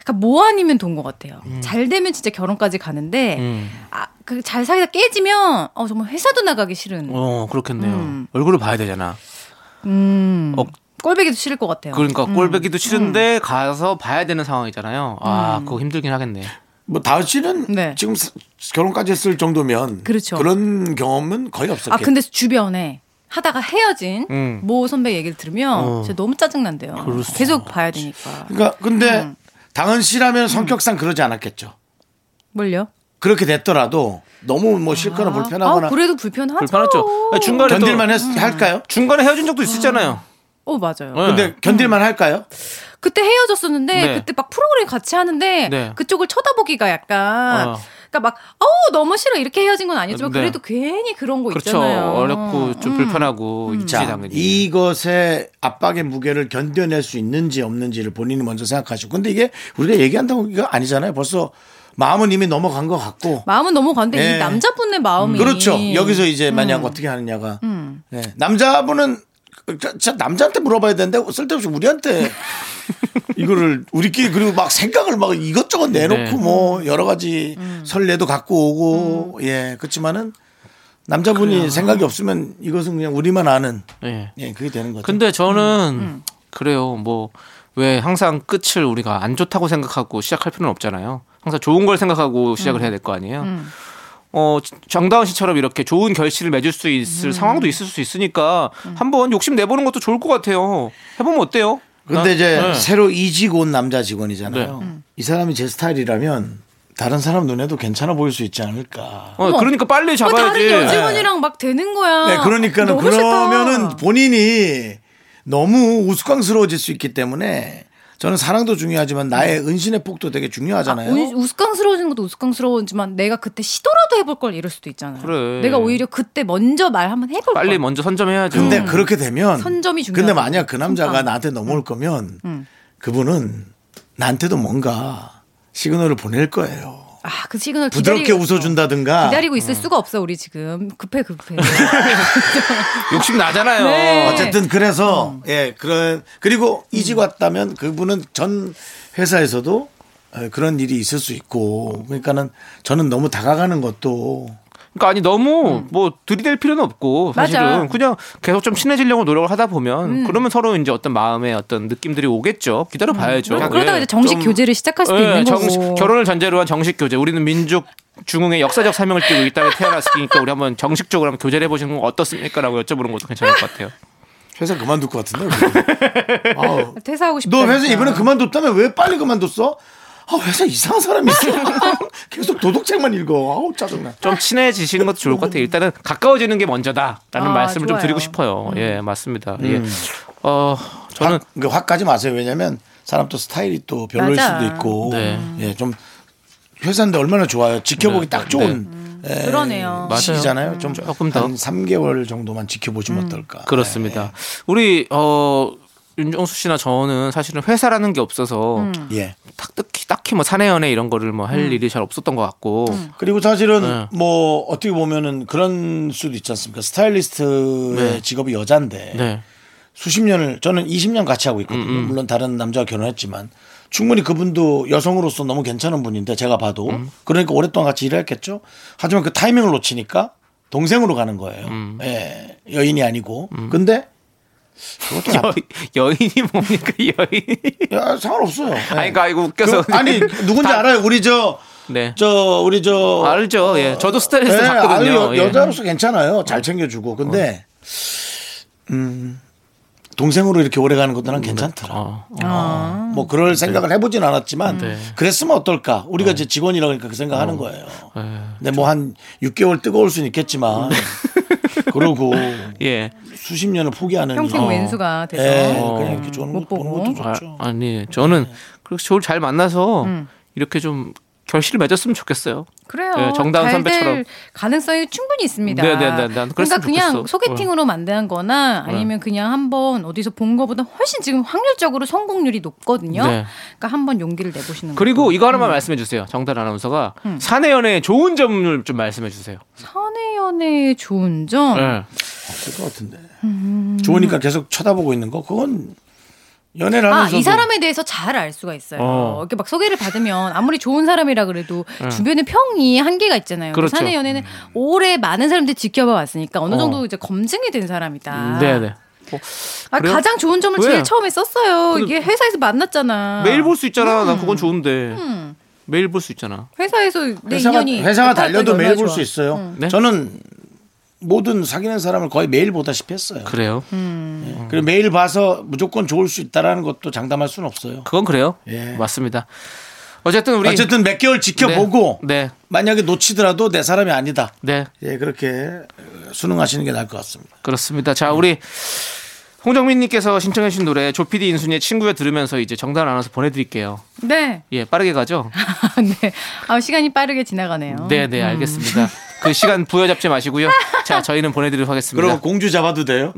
약간 뭐 아니면 돈 것 같아요. 잘 되면 진짜 결혼까지 가는데 음. 아, 그 잘 사귀다 깨지면 어, 정말 회사도 나가기 싫은. 어, 그렇겠네요. 얼굴을 봐야 되잖아. 음. 어. 꼴배기도 싫을 것 같아요. 음. 그러니까 꼴배기도 싫은데 가서 봐야 되는 상황이잖아요. 아, 그거 힘들긴 하겠네. 뭐 다은 씨는 네. 지금 사- 결혼까지 했을 정도면 그렇죠. 런 경험은 거의 없었겠죠. 아 근데 주변에 하다가 헤어진 음. 모 선배 얘기를 들으면 어. 진짜 너무 짜증 난대요. 계속 봐야 되니까. 그러니까 근데 음. 당은 씨라면 성격상 그러지 않았겠죠. 뭘요? 그렇게 됐더라도 너무 뭐 싫거나 불편하거나 아, 그래도 불편하죠. 불편하죠. 아니, 중간에 또- 견딜만 했, 할까요? 중간에 헤어진 적도 있었잖아요. 어 맞아요. 네. 근데 견딜만 할까요? 음. 그때 헤어졌었는데 네. 그때 막 프로그램 같이 하는데 네. 그쪽을 쳐다보기가 약간 어. 그러니까 막 어우 너무 싫어 이렇게 헤어진 건 아니지만 네. 그래도 괜히 그런 거 그렇죠. 있잖아요. 음. 어렵고 좀 불편하고 있지 자, 음. 당연히. 이것의 압박의 무게를 견뎌낼 수 있는지 없는지를 본인이 먼저 생각하시고 근데 이게 우리가 얘기한다고 이거 아니잖아요. 벌써 마음은 이미 넘어간 것 같고 마음은 너무 가는데 네. 이 남자분의 마음이 그렇죠. 여기서 음. 이제 만약 어떻게 하느냐가 네. 남자분은 저- 저 남자한테 물어봐야 되는데 쓸데없이 우리한테 이거를 우리끼리 그리고 막 생각을 막 이것저것 내놓고 네. 음. 뭐 여러 가지 설레도 갖고 오고 예 그렇지만은 남자분이 생각이 없으면 이것은 그냥 우리만 아는 예. 예 그게 되는 거죠. 근데 저는 음, 그래요. 뭐 왜 항상 끝을 우리가 안 좋다고 생각하고 시작할 필요는 없잖아요. 항상 좋은 걸 생각하고 음, 시작을 해야 될 거 아니에요. 어 정다은 씨처럼 이렇게 좋은 결실을 맺을 수 있을 음. 상황도 있을 수 있으니까 한번 욕심 내보는 것도 좋을 것 같아요. 해보면 어때요? 근데 나- 아, 이제 네. 새로 이직 온 남자 직원이잖아요. 네. 음. 이 사람이 제 스타일이라면 다른 사람 눈에도 괜찮아 보일 수 있지 않을까. 어, 그러니까 빨리 그 다른 잡아야지. 여직원이랑 막 되는 거야. 네, 그러니까는 어, 너무 싫다. 그러면은 뭐 본인이 너무 우스꽝스러워질 수 있기 때문에 저는 사랑도 중요하지만 나의 은신의 폭도 되게 중요하잖아요. 음. 우- 우스꽝스러워지는 것도 우스꽝스러워지만 내가 그때 시도라도 해볼 걸 이럴 수도 있잖아요. 그래. 내가 오히려 그때 먼저 말 한번 해볼 빨리 걸. 먼저 선점해야죠. 근데 그렇게 되면 음. 선점이 음. 중요하죠. 근데 만약 그 남자가 선점. 나한테 넘어올 거면 그분은 나한테도 뭔가 시그널을 보낼 거예요. 아, 그 시그널 부드럽게 기다리고 있어. 웃어준다든가 음. 기다리고 있을 수가 없어 우리 지금 급해 급해. 욕심 나잖아요. 네. 음. 어쨌든 그래서 예 그런 그리고 이직 왔다면 그분은 전 회사에서도 어, 그런 일이 있을 수 있고 그러니까는 저는 너무 다가가는 것도 그러니까 아니 너무 뭐 들이댈 필요는 없고 음. 맞아. 사실은 그냥 계속 좀 친해지려고 노력을 하다 보면 음. 그러면 서로 이제 어떤 마음의 어떤 느낌들이 오겠죠. 기다려 봐야죠. 그렇죠. 예. 그럼 그러다가 이제 정식 교제를 시작할 수도 예, 있는 거고. 결혼을 전제로 한 정식 교제. 우리는 민족 중흥의 역사적 사명을 띠고 이 땅에 태어났으니까 우리 한번 정식적으로 한번 교제를 해보시는 건 어떻습니까라고 여쭤보는 것도 괜찮을 것 같아요. 회사 그만둘 것 같은데 우리. 아우, 퇴사하고 싶다. 너 회사 이번에 그만뒀다며 왜 빨리 그만뒀어? 아 회사 이상한 사람이 있어 계속 도덕책만 읽어 아우 짜증나 좀 친해지시는 것도 좋을 것 같아요. 일단은 가까워지는 게 먼저다라는 아, 말씀을 좋아요. 음. 좀 드리고 싶어요. 예, 맞습니다. 예. 어, 저는 확, 그러니까 확 가지 마세요 왜냐면 사람 또 스타일이 또 별로일 맞아. 수도 있고 네. 예좀 회사인데 얼마나 좋아요 지켜보기 네, 딱 좋은 예, 그러네요. 맞아요. 시기잖아요. 좀 조금 더. 한 3개월 정도만 지켜보시면 어떨까. 네, 그렇습니다. 우리 어 윤정수 씨나 저는 사실은 회사라는 게 없어서 예. 예. 딱 특히 딱히 뭐 사내 연애 이런 거를 뭐 음. 할 일이 잘 없었던 것 같고 그리고 사실은 네. 뭐 어떻게 보면은 그런 수도 있지 않습니까? 스타일리스트의 네. 직업이 여잔데 네. 음, 수십 년을 저는 20년 같이 하고 있거든요. 물론 다른 남자와 결혼했지만 충분히 그분도 여성으로서 너무 괜찮은 분인데 제가 봐도 음. 그러니까 오랫동안 같이 일했겠죠. 하지만 그 타이밍을 놓치니까 동생으로 가는 거예요. 음. 예, 여인이 아니고. 근데 그것도 나- 여, 인이 뭡니까 여인? 야, 상관없어요. 예. 아니 그 아이고 웃겨서 네. 그- 아니 누군지 다- 알아요? 우리 저 네. 저 우리 저 알죠. 예. 저도 스타일리스트 예, 봤거든요. 아유, 예. 여, 자로서 괜찮아요. 잘 챙겨주고. 근데 음 동생으로 이렇게 오래 가는 것도 난 괜찮더라. 어. 뭐 네. 그럴 생각을 해보진 않았지만 그랬으면 어떨까? 우리가 이제 직원이라 그러니까 그 어. 생각하는 거예요. 네. 근데 뭐 한 6개월 뜨거울 수는 있겠지만 네. 그러고 예. 수십 년을 포기하는 평생 이- 왼수가 돼서 어. 예, 그냥 이렇게 좋은 못 거 보는 보고. 것도 아, 좋죠. 네. 음. 아니 저는 그렇게 저를 잘 만나서 이렇게 좀 결실을 맺었으면 좋겠어요. 그래요. 예, 정다은 잘될 선배처럼. 가능성이 충분히 있습니다. 네, 네, 네, 난 그러니까 그랬으면 그냥 좋겠어. 어. 소개팅으로 만난 거나 아니면 그냥 한번 어디서 본 거보다 훨씬 지금 확률적으로 성공률이 높거든요. 네. 그러니까 한번 용기를 내보시는 거고. 그리고 이거 하나만 음. 말씀해 주세요. 정단 아나운서가 사내 연애의 좋은 점을 좀 말씀해 주세요. 사내 연애의 좋은 음. 점. 예. 그럴 것 같은데. 좋으니까 계속 쳐다보고 있는 거 그건 연애를 아, 하면서 이 사람에 대해서 잘 알 수가 있어요. 어. 네. 이렇게 막 소개를 받으면 아무리 좋은 사람이라 그래도 주변의 평이 한계가 있잖아요. 그렇죠. 그러니까 사내 연애는 오래 많은 사람들이 지켜봐 왔으니까 어느 어. 정도 이제 검증이 된 사람이다. 네, 네. 아, 그래요? 가장 좋은 점을 왜? 제일 처음에 썼어요. 그 이게 회사에서 만났잖아. 매일 볼 수 있잖아. 나 그건 좋은데. 매일 볼 수 있잖아. 회사에서 내 회사가, 인연이 회사가 나타났던 달려도 게 매일 얼마나 볼 수 좋아. 음. 있어요. 네? 저는 모든 사귀는 사람을 거의 매일 보다시피 했어요. 그래요? 그리고 매일 봐서 무조건 좋을 수 있다라는 것도 장담할 수는 없어요. 그건 그래요. 예. 맞습니다. 어쨌든 우리 어쨌든 몇 개월 지켜보고 네. 만약에 놓치더라도 내 사람이 아니다. 네. 예, 그렇게 수능하시는 게 나을 것 같습니다. 그렇습니다. 자, 우리 홍정민님께서 신청해주신 노래 조피디 인순이의 친구여 들으면서 이제 정단 안아서 보내드릴게요. 네. 예, 빠르게 가죠? 네. 아, 시간이 빠르게 지나가네요. 네, 네, 알겠습니다. 그 시간 부여잡지 마시고요. 자, 저희는 보내드리도록 하겠습니다. 그럼 공주 잡아도 돼요?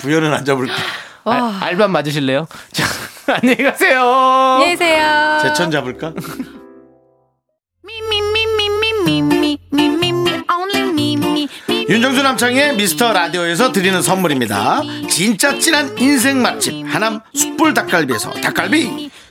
부연은 안 잡을게. 와. 아, 알, 알밤 맞으실래요? 자, 안녕히 가세요. 안녕히 계세요. 제천 잡을까? 윤정수 남창의 미스터 라디오에서 드리는 선물입니다. 진짜 찐한 인생 맛집 하남 숯불 닭갈비에서 닭갈비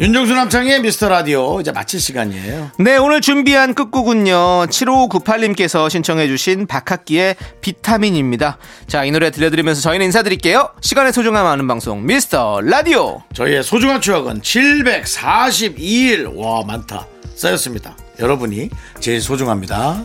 윤정수 남창의 미스터 라디오 이제 마칠 시간이에요. 네, 오늘 준비한 끝곡은요. 7598님께서 신청해주신 박학기의 비타민입니다. 자, 이 노래 들려드리면서 저희는 인사드릴게요. 시간의 소중함 아는 방송, 미스터 라디오. 저희의 소중한 추억은 742일 와 많다 쌓였습니다. 여러분이 제일 소중합니다.